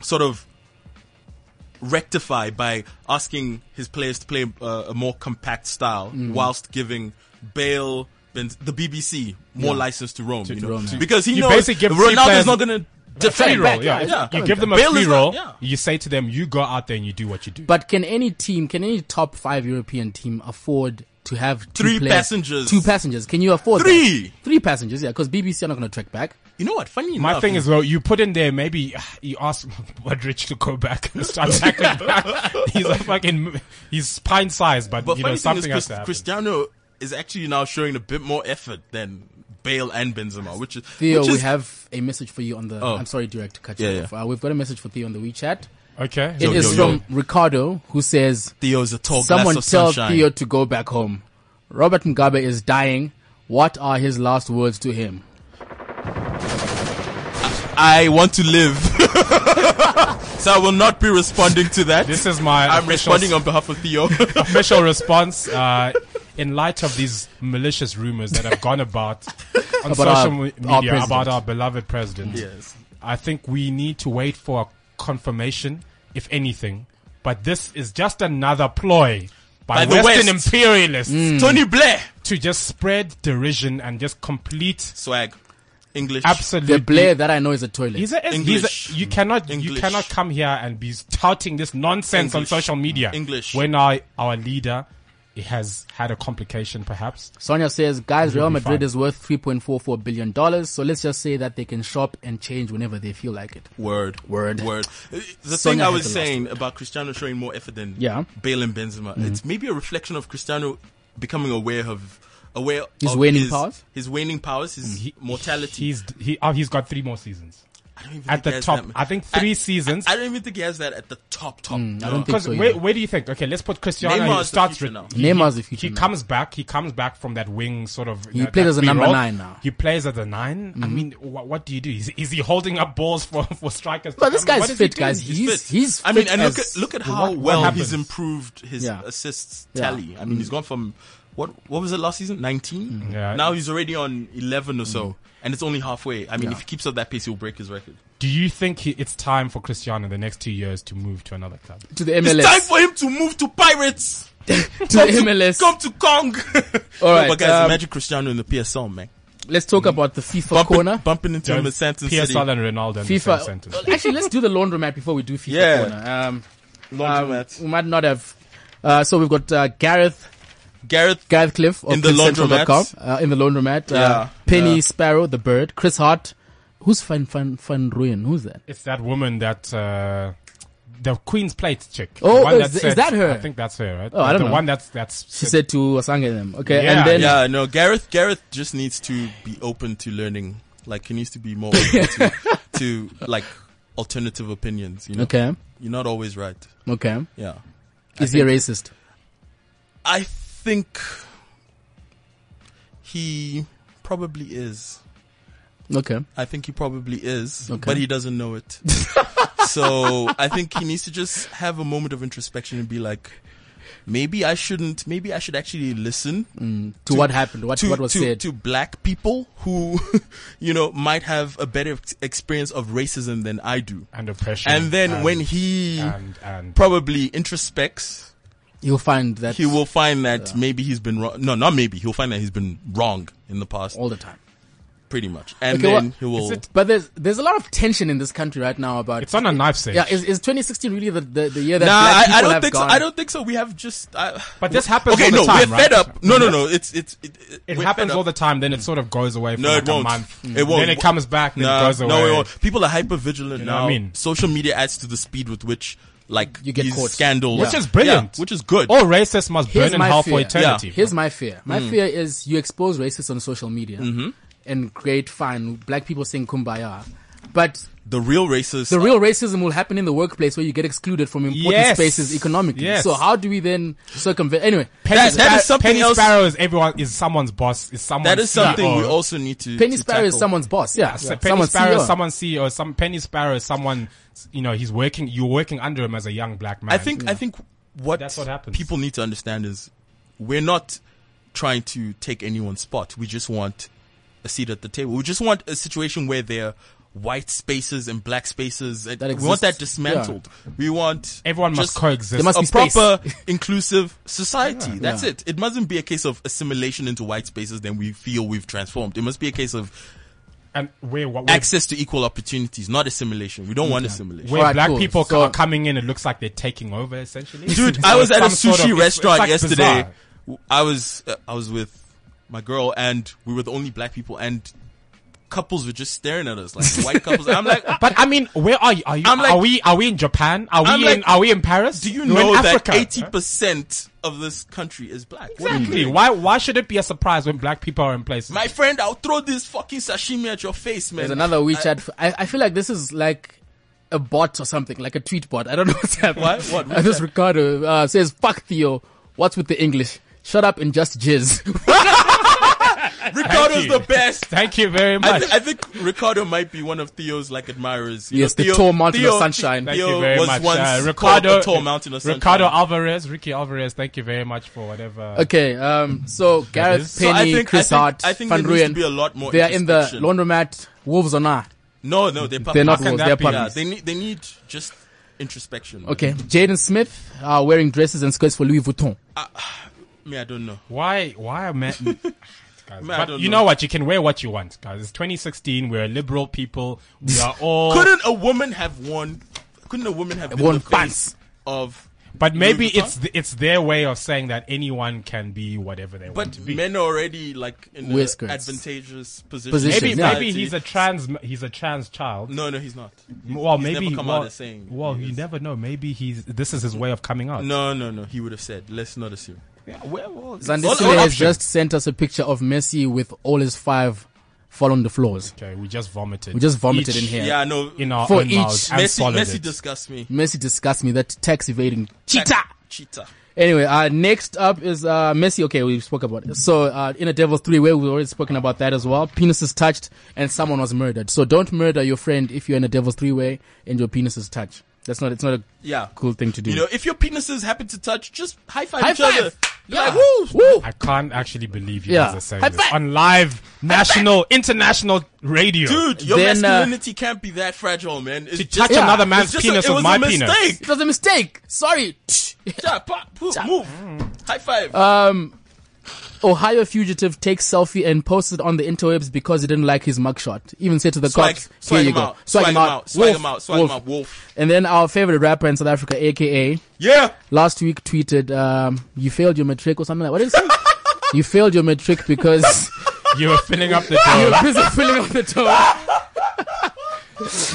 Speaker 2: sort of rectify by asking his players to play uh, a more compact style
Speaker 3: Hmm.
Speaker 2: whilst giving Bale Benz- the BBC more license to roam. you know?
Speaker 1: roam, yeah.
Speaker 2: Because he
Speaker 3: You
Speaker 2: knows
Speaker 3: basically give three
Speaker 2: Ronaldo's
Speaker 3: players
Speaker 2: not going to
Speaker 3: free
Speaker 2: defend.
Speaker 3: roll, yeah.
Speaker 2: yeah.
Speaker 3: You give them a
Speaker 2: Bale
Speaker 3: free
Speaker 2: is not-
Speaker 3: roll.
Speaker 2: yeah.
Speaker 3: You say to them, "You go out there and you do what you do."
Speaker 1: But can any team, can any top five European team afford to have two
Speaker 2: Three
Speaker 1: players-
Speaker 2: passengers.
Speaker 1: Two passengers. Can you afford that?
Speaker 2: Three.
Speaker 1: Three passengers, yeah, because BBC are not going to track back.
Speaker 2: You know what? Funny
Speaker 3: My
Speaker 2: enough,
Speaker 3: thing is, well, you put in there, maybe uh, you ask Modric to go back and start tackling back. He's a fucking, he's pine sized, but,
Speaker 2: But
Speaker 3: you
Speaker 2: funny
Speaker 3: know,
Speaker 2: thing is,
Speaker 3: something has
Speaker 2: Chris-
Speaker 3: to happen.
Speaker 2: Cristiano is actually now showing a bit more effort than Bale and Benzema, which is
Speaker 1: Theo,
Speaker 2: which is,
Speaker 1: we have a message for you on the.
Speaker 2: Oh.
Speaker 1: I'm sorry, direct to cut
Speaker 2: Yeah,
Speaker 1: you
Speaker 2: yeah.
Speaker 1: off. Uh, we've got a message for Theo on the WeChat.
Speaker 3: okay.
Speaker 1: It
Speaker 2: Yo,
Speaker 1: is
Speaker 2: yo,
Speaker 1: from
Speaker 2: yo.
Speaker 1: Ricardo, who says,
Speaker 2: Theo's a tall
Speaker 1: Someone
Speaker 2: glass of
Speaker 1: tell
Speaker 2: sunshine.
Speaker 1: Theo to go back home. Robert Mugabe is dying. What are his last words to him?
Speaker 2: I want to live. so I will not be responding to that.
Speaker 3: This is my
Speaker 2: I'm
Speaker 3: official-
Speaker 2: responding on behalf of Theo.
Speaker 3: official response uh, in light of these malicious rumors that have gone about on
Speaker 1: About our-
Speaker 3: social me-
Speaker 1: our
Speaker 3: media about
Speaker 1: president.
Speaker 3: our beloved president.
Speaker 2: Yes.
Speaker 3: I think we need to wait for a confirmation, if anything. But this is just another ploy by,
Speaker 2: By the
Speaker 3: Western
Speaker 2: West.
Speaker 3: imperialists
Speaker 1: Mm.
Speaker 2: Tony Blair.
Speaker 3: to just spread derision and just complete
Speaker 2: Swag. English.
Speaker 3: absolute.
Speaker 1: The Blair that I know is a toilet.
Speaker 3: He's a, he's a-
Speaker 2: English.
Speaker 3: you cannot you
Speaker 2: English.
Speaker 3: cannot come here and be touting this nonsense on
Speaker 2: English.
Speaker 3: social media.
Speaker 2: English.
Speaker 3: When our our leader has had a complication, perhaps.
Speaker 1: Sonia says, guys, Real
Speaker 3: be
Speaker 1: Madrid
Speaker 3: fine.
Speaker 1: is worth $3.44 billion, so let's just say that they can shop and change whenever they feel like it.
Speaker 2: Word.
Speaker 1: Word.
Speaker 2: Word. Uh,
Speaker 1: Sonia
Speaker 2: The thing I
Speaker 1: had
Speaker 2: was
Speaker 1: the last
Speaker 2: saying about Cristiano showing more effort than
Speaker 1: Yeah.
Speaker 2: Bale and Benzema,
Speaker 3: Mm-hmm.
Speaker 2: it's maybe a reflection of Cristiano becoming aware of aware
Speaker 1: His
Speaker 2: of
Speaker 1: waning
Speaker 2: his,
Speaker 1: powers?
Speaker 2: His waning powers, his
Speaker 3: Mm, He-
Speaker 2: mortality.
Speaker 3: He's he oh, he's got three more seasons
Speaker 2: I don't even
Speaker 3: at
Speaker 2: think he
Speaker 3: the
Speaker 2: has
Speaker 3: top.
Speaker 2: that much.
Speaker 3: I think three
Speaker 2: I-
Speaker 3: seasons.
Speaker 2: I don't even think he has that at the top top.
Speaker 1: I
Speaker 2: No.
Speaker 1: don't think
Speaker 3: Because
Speaker 1: so.
Speaker 3: where,
Speaker 1: either.
Speaker 3: where do you think? Okay, let's put Cristiano.
Speaker 2: Neymar's
Speaker 3: he
Speaker 2: the
Speaker 3: starts
Speaker 2: future
Speaker 3: with-
Speaker 2: now.
Speaker 3: he-
Speaker 1: Neymar's
Speaker 3: he-
Speaker 1: the future
Speaker 3: He
Speaker 1: now.
Speaker 3: comes back. He comes back from that wing sort of. He
Speaker 1: plays as a number nine now. Mm-hmm.
Speaker 3: He plays as a 9 I mean, what, what do you do? Is, is he holding up balls for for strikers?
Speaker 1: But this
Speaker 3: I mean,
Speaker 1: guy's
Speaker 3: what is he
Speaker 1: fit,
Speaker 3: doing?
Speaker 1: guys.
Speaker 2: He's
Speaker 1: He's-
Speaker 2: fit.
Speaker 1: he's
Speaker 2: I mean,
Speaker 1: fit
Speaker 2: and look
Speaker 1: as-
Speaker 2: at look at
Speaker 3: Well,
Speaker 2: how
Speaker 3: what- what
Speaker 2: well
Speaker 3: happens?
Speaker 2: he's improved his
Speaker 1: Yeah.
Speaker 2: assists
Speaker 1: Yeah.
Speaker 2: tally. I mean, he's gone from what what was it last season? Nineteen.
Speaker 3: Yeah.
Speaker 2: Now he's already on eleven or so, and it's only halfway. I mean, if he keeps up that pace, he'll break his record.
Speaker 3: Do you think he, it's time for Cristiano in the next two years to move to another club?
Speaker 1: to the
Speaker 2: It's time
Speaker 1: MLS.
Speaker 2: for him to move to Pirates.
Speaker 1: To the MLS.
Speaker 2: Come to Kong.
Speaker 1: All right,
Speaker 2: but guys,
Speaker 1: um,
Speaker 2: imagine Cristiano in the PSL, man.
Speaker 1: Let's talk about the FIFA
Speaker 2: Bumping,
Speaker 1: corner.
Speaker 2: bumping into him at Santos City.
Speaker 3: PSL and Ronaldo in the same
Speaker 1: FIFA.
Speaker 3: sentence.
Speaker 1: Well, actually, let's do the laundromat before we do FIFA
Speaker 2: Yeah.
Speaker 1: corner. Um,
Speaker 2: Laundromat.
Speaker 1: we might not have. Uh, so we've got uh, Gareth
Speaker 2: Gareth.
Speaker 1: Gareth Cliff of
Speaker 2: In the
Speaker 1: cliffcentral.com, uh, in the laundromat. Uh,
Speaker 2: Yeah,
Speaker 1: Penny
Speaker 2: yeah.
Speaker 1: Sparrow, the bird. Chris Hart. Who's Fan Fan Fan Ruin? Who's that?
Speaker 3: It's that woman that uh, the Queen's Plate chick.
Speaker 1: Oh,
Speaker 3: the one
Speaker 1: is
Speaker 3: that
Speaker 1: th-
Speaker 3: said-
Speaker 1: is that her?
Speaker 3: I think that's her, right?
Speaker 1: Oh, I don't
Speaker 3: the
Speaker 1: know.
Speaker 3: one that's that's
Speaker 1: She said to Asanga them. Okay,
Speaker 3: Yeah,
Speaker 1: and then
Speaker 2: Yeah, no, Gareth. Gareth just needs to be open to learning. Like he needs to be more open to, to like alternative opinions. You know,
Speaker 1: okay,
Speaker 2: you're not always right.
Speaker 1: okay.
Speaker 2: Yeah,
Speaker 1: Is he a racist?
Speaker 2: I think he probably is.
Speaker 1: Okay.
Speaker 2: I think he probably is,
Speaker 1: Okay.
Speaker 2: but he doesn't know it. so I think he needs to just have a moment of introspection and be like, maybe I shouldn't. Maybe I should actually listen
Speaker 1: To, what happened? What
Speaker 2: to,
Speaker 1: what was
Speaker 2: to,
Speaker 1: said?
Speaker 2: to black people who, you know, might have a better ex- experience of racism than I do.
Speaker 3: and oppression.
Speaker 2: And then
Speaker 3: and-
Speaker 2: when he
Speaker 3: and and
Speaker 2: probably introspects,
Speaker 1: You'll find that
Speaker 2: he will find that maybe he's been wrong. No, not maybe. He'll find that he's been wrong in the past,
Speaker 1: all the time.
Speaker 2: pretty much. And
Speaker 1: Okay,
Speaker 2: then
Speaker 1: what-
Speaker 2: he will.
Speaker 3: Is it-
Speaker 1: But there's there's a lot of tension in this country right now about
Speaker 3: it's on a knife stage.
Speaker 1: yeah. Is, is 2016 really the, the, the year that
Speaker 2: Nah,
Speaker 1: black
Speaker 2: I,
Speaker 1: people
Speaker 2: I don't
Speaker 1: have
Speaker 2: think
Speaker 1: gone?
Speaker 2: so. I don't think so. We have just. I,
Speaker 3: But this happens
Speaker 2: Okay,
Speaker 3: all the
Speaker 2: no,
Speaker 3: time,
Speaker 2: we're
Speaker 3: right?
Speaker 2: fed up. No, no, no. It's it's it,
Speaker 3: It happens all the time. Then it sort of goes away for
Speaker 2: No,
Speaker 3: like
Speaker 2: it won't.
Speaker 3: a month.
Speaker 2: It won't.
Speaker 3: Then it comes back. Then
Speaker 2: Nah,
Speaker 3: it goes away.
Speaker 2: No, it won't. people are hyper vigilant
Speaker 3: know
Speaker 2: now.
Speaker 3: what I mean?
Speaker 2: social media adds to the speed with which like
Speaker 1: You get
Speaker 2: these
Speaker 1: caught.
Speaker 2: scandals,
Speaker 3: Which is brilliant.
Speaker 2: Yeah, which is good.
Speaker 3: All racists must burn in hell for eternity.
Speaker 1: Here's my fear. My
Speaker 2: Mm.
Speaker 1: fear is you expose racists on social media
Speaker 2: Mm-hmm.
Speaker 1: and create fun. Black people sing kumbaya. But
Speaker 2: The real racists.
Speaker 1: the real racism will happen in the workplace where you get excluded from important
Speaker 3: Yes.
Speaker 1: spaces economically.
Speaker 3: Yes.
Speaker 1: So how do we then circumvent? Anyway,
Speaker 3: Penny,
Speaker 2: That- that
Speaker 3: Spar-
Speaker 2: is something
Speaker 3: Penny
Speaker 2: else-
Speaker 3: Sparrow is everyone is someone's boss. Is someone's E
Speaker 2: that is something
Speaker 3: CEO.
Speaker 2: we also need to.
Speaker 1: Penny
Speaker 2: to
Speaker 1: Sparrow is
Speaker 2: tackle.
Speaker 1: someone's boss. Yeah,
Speaker 3: So
Speaker 1: yeah.
Speaker 3: Penny
Speaker 1: someone's E
Speaker 3: Sparrow,
Speaker 1: CEO.
Speaker 3: is someone's CEO. Some Penny Sparrow is someone. You know, he's working. You're working under him as a young black man.
Speaker 2: I think. I think what
Speaker 3: That's what happens.
Speaker 2: people need to understand is we're not trying to take anyone's spot. We just want a seat at the table. We just want a situation where there are white spaces and black spaces. That we
Speaker 1: exists.
Speaker 2: want that dismantled. We want
Speaker 3: Everyone must
Speaker 2: just
Speaker 3: coexist.
Speaker 1: There must
Speaker 2: a
Speaker 1: be space.
Speaker 2: proper inclusive society. That's
Speaker 1: Yeah.
Speaker 2: it. It mustn't be a case of assimilation into white spaces. Then we feel we've transformed. It must be a case of
Speaker 3: and where what where,
Speaker 2: access to equal opportunities, not assimilation. We don't want assimilation.
Speaker 3: where
Speaker 1: Alright,
Speaker 3: black
Speaker 1: cool.
Speaker 3: people
Speaker 1: So-
Speaker 3: are coming in, it looks like they're taking over essentially.
Speaker 2: Dude,
Speaker 3: So
Speaker 2: I was
Speaker 3: it's
Speaker 2: at a
Speaker 3: some
Speaker 2: sushi
Speaker 3: sort of- it's- it's
Speaker 2: restaurant
Speaker 3: like
Speaker 2: yesterday.
Speaker 3: bizarre.
Speaker 2: I was uh, I was with my girl and we were the only black people and couples were just staring at us like white couples. I'm like,
Speaker 3: But I mean, where are you? Are, you,
Speaker 2: I'm like-
Speaker 3: are we? Are we in Japan? Are we
Speaker 2: I'm
Speaker 3: in?
Speaker 2: like,
Speaker 3: Are we in Paris?
Speaker 2: do you
Speaker 3: We're in
Speaker 2: know that
Speaker 3: Africa.
Speaker 2: eighty percent of this country is black? What are you
Speaker 3: Exactly.
Speaker 2: doing?
Speaker 3: Why? Why should it be a surprise when black people are in places?
Speaker 2: My friend, I'll throw this fucking sashimi at your face, man.
Speaker 1: There's another WeChat. I, I, feel like this is like a bot or something, like a tweet bot. I don't know what's happening.
Speaker 2: What? What?
Speaker 1: Uh, this Ricardo uh, says, "Fuck Theo. What's with the English? Shut up and just jizz."
Speaker 2: Ricardo's
Speaker 3: you.
Speaker 2: the best.
Speaker 3: Thank you very
Speaker 2: I,
Speaker 3: much.
Speaker 2: thi- I think Ricardo might be one of Theo's like admirers. You
Speaker 1: Yes, the
Speaker 2: Theo-
Speaker 1: tall mountain of
Speaker 2: Theo-
Speaker 1: sunshine.
Speaker 3: Thank
Speaker 2: Theo
Speaker 3: you very
Speaker 2: was
Speaker 3: much,
Speaker 2: once
Speaker 3: uh,
Speaker 2: called
Speaker 3: Ricardo.
Speaker 2: the tall mountain of sunshine.
Speaker 3: Ricardo Alvarez, Ricky Alvarez. Thank you very much for whatever.
Speaker 2: Uh,
Speaker 1: okay. Um. So Gareth
Speaker 3: is-
Speaker 2: So I
Speaker 1: Penny,
Speaker 2: think- I
Speaker 1: Chris
Speaker 2: think-
Speaker 1: Hart,
Speaker 2: I think
Speaker 1: Van
Speaker 2: there needs to
Speaker 1: Rooyen,
Speaker 2: be a lot more
Speaker 1: They are in the
Speaker 2: introspection.
Speaker 1: laundromat. Wolves or not?
Speaker 2: No, no, they're,
Speaker 1: They're not
Speaker 2: puppies.
Speaker 1: wolves.
Speaker 3: that
Speaker 1: They're
Speaker 3: be?
Speaker 2: Yeah,
Speaker 1: puppies.
Speaker 2: they need they need just introspection. man.
Speaker 1: Okay. Jaden Smith are wearing dresses and skirts for Louis Vuitton.
Speaker 2: Me, I don't know.
Speaker 3: Why? Why are men? Guys,
Speaker 2: Man, I
Speaker 3: but
Speaker 2: don't
Speaker 3: you
Speaker 2: know.
Speaker 3: know what? You can wear what you want, guys. It's 2016. We're liberal people. We are all.
Speaker 2: Couldn't a woman have worn? Couldn't a woman have been
Speaker 1: Worn
Speaker 2: the face
Speaker 1: pants.
Speaker 2: of?
Speaker 3: but maybe
Speaker 2: Louis Vuitton?
Speaker 3: it's th- it's their way of saying that anyone can be whatever they want
Speaker 2: But
Speaker 3: to be.
Speaker 2: men are already like in an
Speaker 1: Wear skirts.
Speaker 2: advantageous position.
Speaker 1: Position,
Speaker 3: maybe
Speaker 1: yeah.
Speaker 3: maybe he's a trans he's a trans child.
Speaker 2: No, no, he's not.
Speaker 3: well,
Speaker 2: he's
Speaker 3: maybe
Speaker 2: never come
Speaker 3: well,
Speaker 2: out as saying
Speaker 3: well,
Speaker 2: he
Speaker 3: you
Speaker 2: is.
Speaker 3: never know. Maybe he's this is his way of coming out.
Speaker 2: No, no, no. He would have said. Let's not assume.
Speaker 3: Yeah, well, well,
Speaker 1: Zandi
Speaker 2: All-
Speaker 1: Sule
Speaker 2: all
Speaker 1: has
Speaker 2: options.
Speaker 1: just sent us a picture of Messi with all his five fall on the floors.
Speaker 3: okay, we just vomited.
Speaker 1: We just vomited
Speaker 3: Each
Speaker 1: in here.
Speaker 2: Yeah, no.
Speaker 3: in our
Speaker 1: For
Speaker 3: own
Speaker 1: each.
Speaker 3: mouths and
Speaker 2: Messi,
Speaker 3: swallowed
Speaker 2: Messi
Speaker 3: it.
Speaker 2: disgusts me.
Speaker 1: Messi disgusts me that tax evading cheetah.
Speaker 2: Cheetah.
Speaker 1: Anyway, uh, next up is uh, Messi. Okay, we spoke about it. So, uh, in a Devil's Three Way, we've already spoken about that as well. Penis is touched and someone was murdered. So, don't murder your friend if you're in a Devil's Three Way and your penis is touched. That's not. It's not a
Speaker 2: Yeah.
Speaker 1: cool thing to do.
Speaker 2: You know, if your penises happen to touch, just high five
Speaker 1: High
Speaker 2: each
Speaker 1: five.
Speaker 2: other.
Speaker 1: Yeah.
Speaker 2: Like, woo,
Speaker 1: Woo!
Speaker 3: I can't actually believe you
Speaker 1: Yeah.
Speaker 3: guys are saying
Speaker 1: High
Speaker 3: this
Speaker 1: five.
Speaker 3: on live national international radio.
Speaker 2: dude, your
Speaker 1: Then, uh,
Speaker 2: masculinity can't be that fragile, man. It's
Speaker 3: to
Speaker 2: just,
Speaker 3: touch
Speaker 1: Yeah.
Speaker 3: another
Speaker 1: It's
Speaker 3: man's
Speaker 2: it's just
Speaker 3: penis
Speaker 2: a, it
Speaker 3: with
Speaker 2: was
Speaker 3: my
Speaker 2: a
Speaker 3: penis.
Speaker 2: mistake.
Speaker 1: It was a mistake. Sorry.
Speaker 2: Yeah, pop, poof, move. High five.
Speaker 1: Ohio fugitive takes selfie and posts it on the interwebs because he didn't like his mugshot. Even said to the
Speaker 2: swag,
Speaker 1: cops,
Speaker 2: swag
Speaker 1: "Here you
Speaker 2: him
Speaker 1: go,
Speaker 2: out. Swag him out. Swag
Speaker 1: Wolf,
Speaker 2: him out. Swag him
Speaker 1: wolf.
Speaker 2: out. Wolf.
Speaker 1: And then our favorite rapper in South Africa, aka,
Speaker 2: Yeah.
Speaker 1: last week tweeted, um, "You failed your matric or something like what did he say? you failed your matric because
Speaker 3: You were filling up the
Speaker 1: you
Speaker 3: door.
Speaker 1: were busy filling up the door.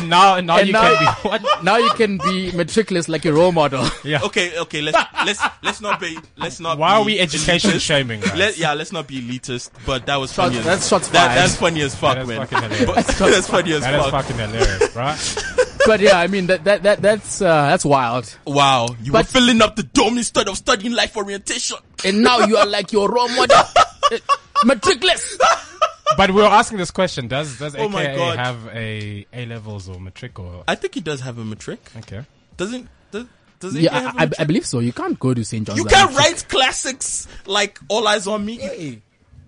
Speaker 3: now, now
Speaker 1: And
Speaker 3: you
Speaker 1: now-
Speaker 3: can be what?
Speaker 1: Now you can be matriculous like your role model."
Speaker 3: Yeah.
Speaker 2: Okay, okay. Let's let's let's not be let's not.
Speaker 3: Why are
Speaker 2: be
Speaker 3: we education
Speaker 2: elitist.
Speaker 3: shaming? guys?
Speaker 2: Let, yeah, let's not be elitist. But that was
Speaker 1: Shots-
Speaker 2: funny. as-
Speaker 1: that's shots
Speaker 2: That,
Speaker 1: fired.
Speaker 2: that's funny as fuck,
Speaker 3: That is
Speaker 2: man.
Speaker 3: fucking hilarious.
Speaker 2: But- that's funny as
Speaker 3: That is
Speaker 2: fuck.
Speaker 3: fucking hilarious, right?
Speaker 1: But yeah, I mean that that that that's uh, that's wild.
Speaker 2: Wow, you were
Speaker 1: But-
Speaker 2: filling up the dome instead of studying life orientation.
Speaker 1: And now you are like your role model, Eh, matriculous.
Speaker 3: But we were asking this question: Does does
Speaker 2: Oh my
Speaker 3: AKA
Speaker 2: God.
Speaker 3: have a A levels or matric or
Speaker 2: I think he does have a matric.
Speaker 3: okay?
Speaker 2: Doesn't does does he
Speaker 1: Yeah,
Speaker 2: have a
Speaker 1: I, I,
Speaker 2: matric?
Speaker 1: I believe so. You can't go to St. John's.
Speaker 2: You
Speaker 1: without
Speaker 2: can't
Speaker 1: matric.
Speaker 2: write classics like All Eyes on Me.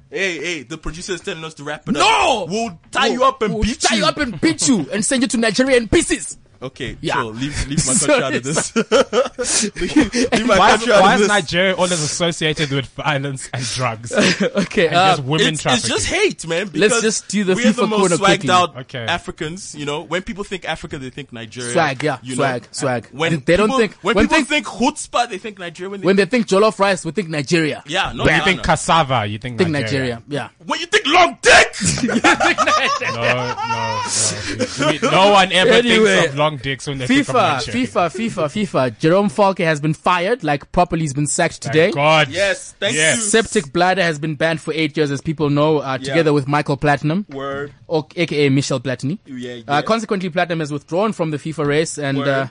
Speaker 2: Hey, hey, the producer is telling us to wrap it
Speaker 1: No!
Speaker 2: up. We'll tie you up and
Speaker 1: We'll
Speaker 2: beat
Speaker 1: tie
Speaker 2: you.
Speaker 1: you up and beat you and send you to Nigeria in pieces.
Speaker 2: Okay,
Speaker 1: Yeah.
Speaker 2: chill. Leave, leave my
Speaker 1: Sorry,
Speaker 2: country out of this. leave, leave my
Speaker 3: Why is,
Speaker 2: country out
Speaker 3: why
Speaker 2: of
Speaker 3: is
Speaker 2: this.
Speaker 3: Nigeria always associated with violence and drugs and
Speaker 1: Okay, uh,
Speaker 3: just women
Speaker 2: it's, it's
Speaker 3: trafficking?
Speaker 2: just hate, man.
Speaker 1: Let's
Speaker 2: Because
Speaker 1: just do the
Speaker 2: we're the
Speaker 1: FIFA
Speaker 2: most
Speaker 1: corner
Speaker 2: swagged
Speaker 1: quickly.
Speaker 2: out
Speaker 3: Okay.
Speaker 2: Africans. You know, when people think Africa, they think Nigeria.
Speaker 1: swag, yeah,
Speaker 2: you know.
Speaker 1: swag, swag.
Speaker 2: When
Speaker 1: they don't
Speaker 2: people-
Speaker 1: think
Speaker 2: when,
Speaker 1: when,
Speaker 2: people
Speaker 1: think-
Speaker 2: think chutzpah, they think Nigeria. When they,
Speaker 1: when they think jollof rice, we think Nigeria.
Speaker 2: yeah, no,
Speaker 3: you
Speaker 2: no,
Speaker 3: think
Speaker 2: no.
Speaker 3: cassava? You think,
Speaker 1: think
Speaker 3: Nigeria?
Speaker 1: Nigeria. Yeah,
Speaker 2: when you think long dick,
Speaker 3: No, no, no. no one ever
Speaker 1: Anyway,
Speaker 3: thinks of long dicks when they think of
Speaker 1: FIFA,
Speaker 3: Nigeria.
Speaker 1: FIFA, FIFA, FIFA. Jerome Falke has been fired. Like properly, he's been sacked
Speaker 3: Thank
Speaker 1: today.
Speaker 3: God.
Speaker 2: yes, thank
Speaker 3: Yes.
Speaker 2: you.
Speaker 1: Septic bladder has been banned for eight years, as people know, uh, together with Michael Platinum,
Speaker 2: Word.
Speaker 1: or aka Michel Platini.
Speaker 2: Yeah, yeah.
Speaker 1: Uh, consequently, Platinum is withdrawn from the FIFA race, and
Speaker 2: Word.
Speaker 1: uh,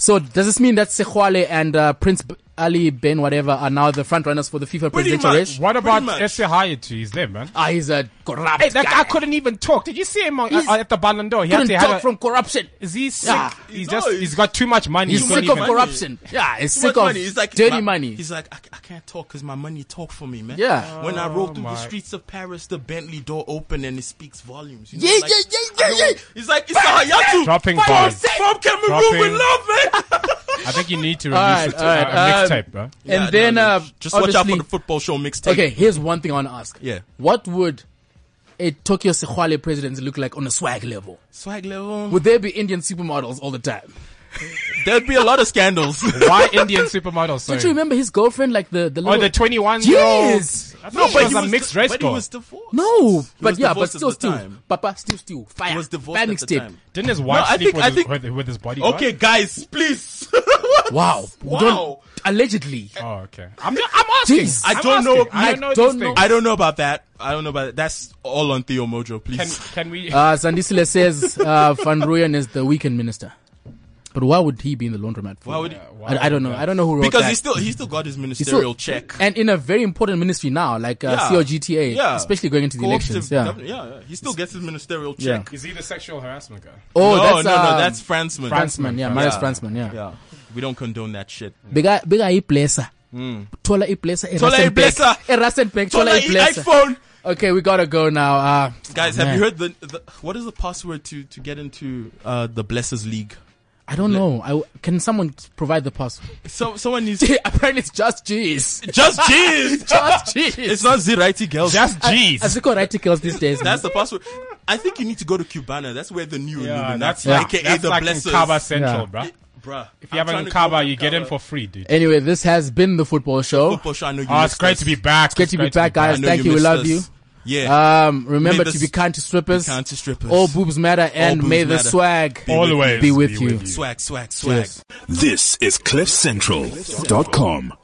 Speaker 1: So does this mean that Sekhwale and uh, Prince B- Ali Ben whatever are now the front runners for the FIFA
Speaker 2: Pretty
Speaker 1: presidential
Speaker 2: much.
Speaker 1: race?
Speaker 3: What about
Speaker 2: much.
Speaker 3: Esse Hayatu? He's there, man.
Speaker 1: Ah, he's a corrupt
Speaker 3: Hey, that
Speaker 1: guy.
Speaker 3: guy couldn't even talk. Did you see him on,
Speaker 1: He's-
Speaker 3: uh, at the Ballon d'Or? He had
Speaker 1: couldn't
Speaker 3: to have
Speaker 1: talk
Speaker 3: a-
Speaker 1: from corruption.
Speaker 3: Is he sick?
Speaker 1: Yeah.
Speaker 3: He's
Speaker 2: No,
Speaker 3: just
Speaker 2: he's-
Speaker 3: he's got too much money.
Speaker 1: He's
Speaker 3: he couldn't
Speaker 1: sick of
Speaker 3: even-
Speaker 2: money.
Speaker 1: corruption. Yeah, he's
Speaker 2: Too
Speaker 1: sick
Speaker 2: much
Speaker 1: of
Speaker 2: money. He's like
Speaker 1: dirty
Speaker 2: my-
Speaker 1: money.
Speaker 2: He's like, I, I can't talk because my money talk for me, man.
Speaker 1: Yeah.
Speaker 2: when I roll through
Speaker 3: Oh my.
Speaker 2: the streets of Paris, the Bentley door open and it speaks volumes. You know?
Speaker 1: Yeah,
Speaker 2: like,
Speaker 1: yeah, yeah, yeah,
Speaker 2: I
Speaker 1: yeah.
Speaker 2: don't- He's like, it's Hayatu
Speaker 3: Dropping
Speaker 2: from-
Speaker 3: bars.
Speaker 2: from Cameroon. We
Speaker 3: Dropping-
Speaker 2: love man.
Speaker 3: I think you need to release
Speaker 1: Alright,
Speaker 3: it to,
Speaker 1: alright,
Speaker 3: a,
Speaker 1: um,
Speaker 3: a mixtape, bro.
Speaker 1: and
Speaker 2: Yeah,
Speaker 1: then
Speaker 2: no, no.
Speaker 1: uh,
Speaker 2: just watch out for
Speaker 1: obviously-
Speaker 2: the football show mixtape.
Speaker 1: Okay, here's one thing I want to ask.
Speaker 2: Yeah.
Speaker 1: What would a Tokyo Sekhwale president look like on a swag level?
Speaker 2: swag level.
Speaker 1: Would there be Indian supermodels all the time?
Speaker 2: There'd be a lot of scandals.
Speaker 3: Why Indian supermodels? Sorry.
Speaker 1: Don't you remember his girlfriend, like the the
Speaker 3: Oh,
Speaker 1: little
Speaker 3: the 21 year old.
Speaker 1: Yes.
Speaker 3: No,
Speaker 2: But
Speaker 3: but was
Speaker 2: he
Speaker 3: a mixed race
Speaker 2: But
Speaker 3: girl.
Speaker 2: he was divorced.
Speaker 1: No, but
Speaker 2: was
Speaker 1: yeah, but
Speaker 2: divorced at
Speaker 1: still,
Speaker 2: the
Speaker 1: still,
Speaker 2: time.
Speaker 1: Papa, still, still, fire.
Speaker 2: He was divorced
Speaker 1: Bad
Speaker 2: at the
Speaker 1: mixtape.
Speaker 2: time.
Speaker 3: Didn't his wife
Speaker 2: I
Speaker 3: sleep
Speaker 2: think-
Speaker 3: with,
Speaker 2: I
Speaker 3: his,
Speaker 2: think-
Speaker 3: with, with his body?
Speaker 2: Okay, guys, please.
Speaker 1: Wow.
Speaker 2: Wow.
Speaker 1: Don't, allegedly.
Speaker 3: Oh, okay. I'm, just, I'm asking.
Speaker 1: Jeez.
Speaker 2: I
Speaker 3: I'm
Speaker 2: don't know-
Speaker 3: asking. I
Speaker 1: I
Speaker 3: don't know.
Speaker 1: don't
Speaker 3: these
Speaker 1: know.
Speaker 3: things.
Speaker 2: I don't know about that. I don't know about that. That's all on Theo Mojo, please.
Speaker 3: Can, can we?
Speaker 1: Uh, Sandisile says, uh, Van Rooyen is the weekend minister. But why would he be in the laundromat for?
Speaker 2: Why would he-
Speaker 1: I, I don't know. I don't know who wrote
Speaker 2: because
Speaker 1: that.
Speaker 2: he still he still got his
Speaker 1: He's still-
Speaker 2: ministerial check.
Speaker 1: And in a very important ministry now, like uh,
Speaker 2: Yeah.
Speaker 1: COGTA,
Speaker 2: Yeah.
Speaker 1: especially going into the
Speaker 2: Cooperative
Speaker 1: elections. Yeah.
Speaker 2: government- yeah, yeah. He still gets his ministerial
Speaker 1: Yeah.
Speaker 2: check.
Speaker 3: Is he the sexual harassment guy?
Speaker 1: Oh,
Speaker 2: no,
Speaker 1: that's,
Speaker 2: no, no,
Speaker 1: um,
Speaker 2: that's Franceman.
Speaker 1: Franceman. Yeah, minus
Speaker 2: Yeah.
Speaker 1: Franceman. Yeah.
Speaker 2: Yeah. We don't condone that shit.
Speaker 1: Bigger, bigger iplesa. Taller iplesa.
Speaker 2: Taller iplesa.
Speaker 1: A Rustenberg. Taller
Speaker 2: Tola, your
Speaker 1: iplesa.
Speaker 2: iPhone.
Speaker 1: Okay, we gotta go now. Uh,
Speaker 2: Guys,
Speaker 1: man.
Speaker 2: have you heard the, the what is the password to to get into uh the Blessers League?
Speaker 1: I don't know. I w- can someone provide the password?
Speaker 2: So someone needs to
Speaker 1: Apparently, it's just G's.
Speaker 2: just jeez.
Speaker 1: Just G's.
Speaker 2: It's not Ziraiti girls.
Speaker 3: Just jeez.
Speaker 1: As we call articles these days.
Speaker 2: That's the password. I think you need to go to Cubana. That's where the new
Speaker 3: yeah,
Speaker 2: Illuminati,
Speaker 3: that's like,
Speaker 2: aka
Speaker 3: that's
Speaker 2: the
Speaker 3: like
Speaker 2: Blessers.
Speaker 3: in Kaba Central,
Speaker 1: Yeah.
Speaker 3: bro. If
Speaker 2: Bruh, if
Speaker 3: you haven't in Kaba, you get in for free, dude.
Speaker 1: anyway, this has been the football show.
Speaker 2: Football show, I know you
Speaker 3: Oh, it's
Speaker 2: missed
Speaker 3: great
Speaker 2: us.
Speaker 3: to be back. It's
Speaker 1: Great to be back,
Speaker 2: I
Speaker 1: guys.
Speaker 2: know
Speaker 1: Thank you. We
Speaker 2: missed
Speaker 1: love
Speaker 2: us.
Speaker 1: you.
Speaker 2: Yeah.
Speaker 1: Um, remember
Speaker 2: May
Speaker 1: to
Speaker 2: the
Speaker 1: be
Speaker 2: s-
Speaker 1: kind to
Speaker 3: Uh,
Speaker 1: strippers.
Speaker 2: Can't to strippers.
Speaker 3: oh,
Speaker 1: All boobs matter, and
Speaker 2: boobs
Speaker 1: may the
Speaker 2: matter.
Speaker 1: swag
Speaker 2: All
Speaker 1: be
Speaker 3: Always
Speaker 1: with you.
Speaker 2: swag, swag, swag.
Speaker 1: Cheers.
Speaker 5: This is CliffCentral.com.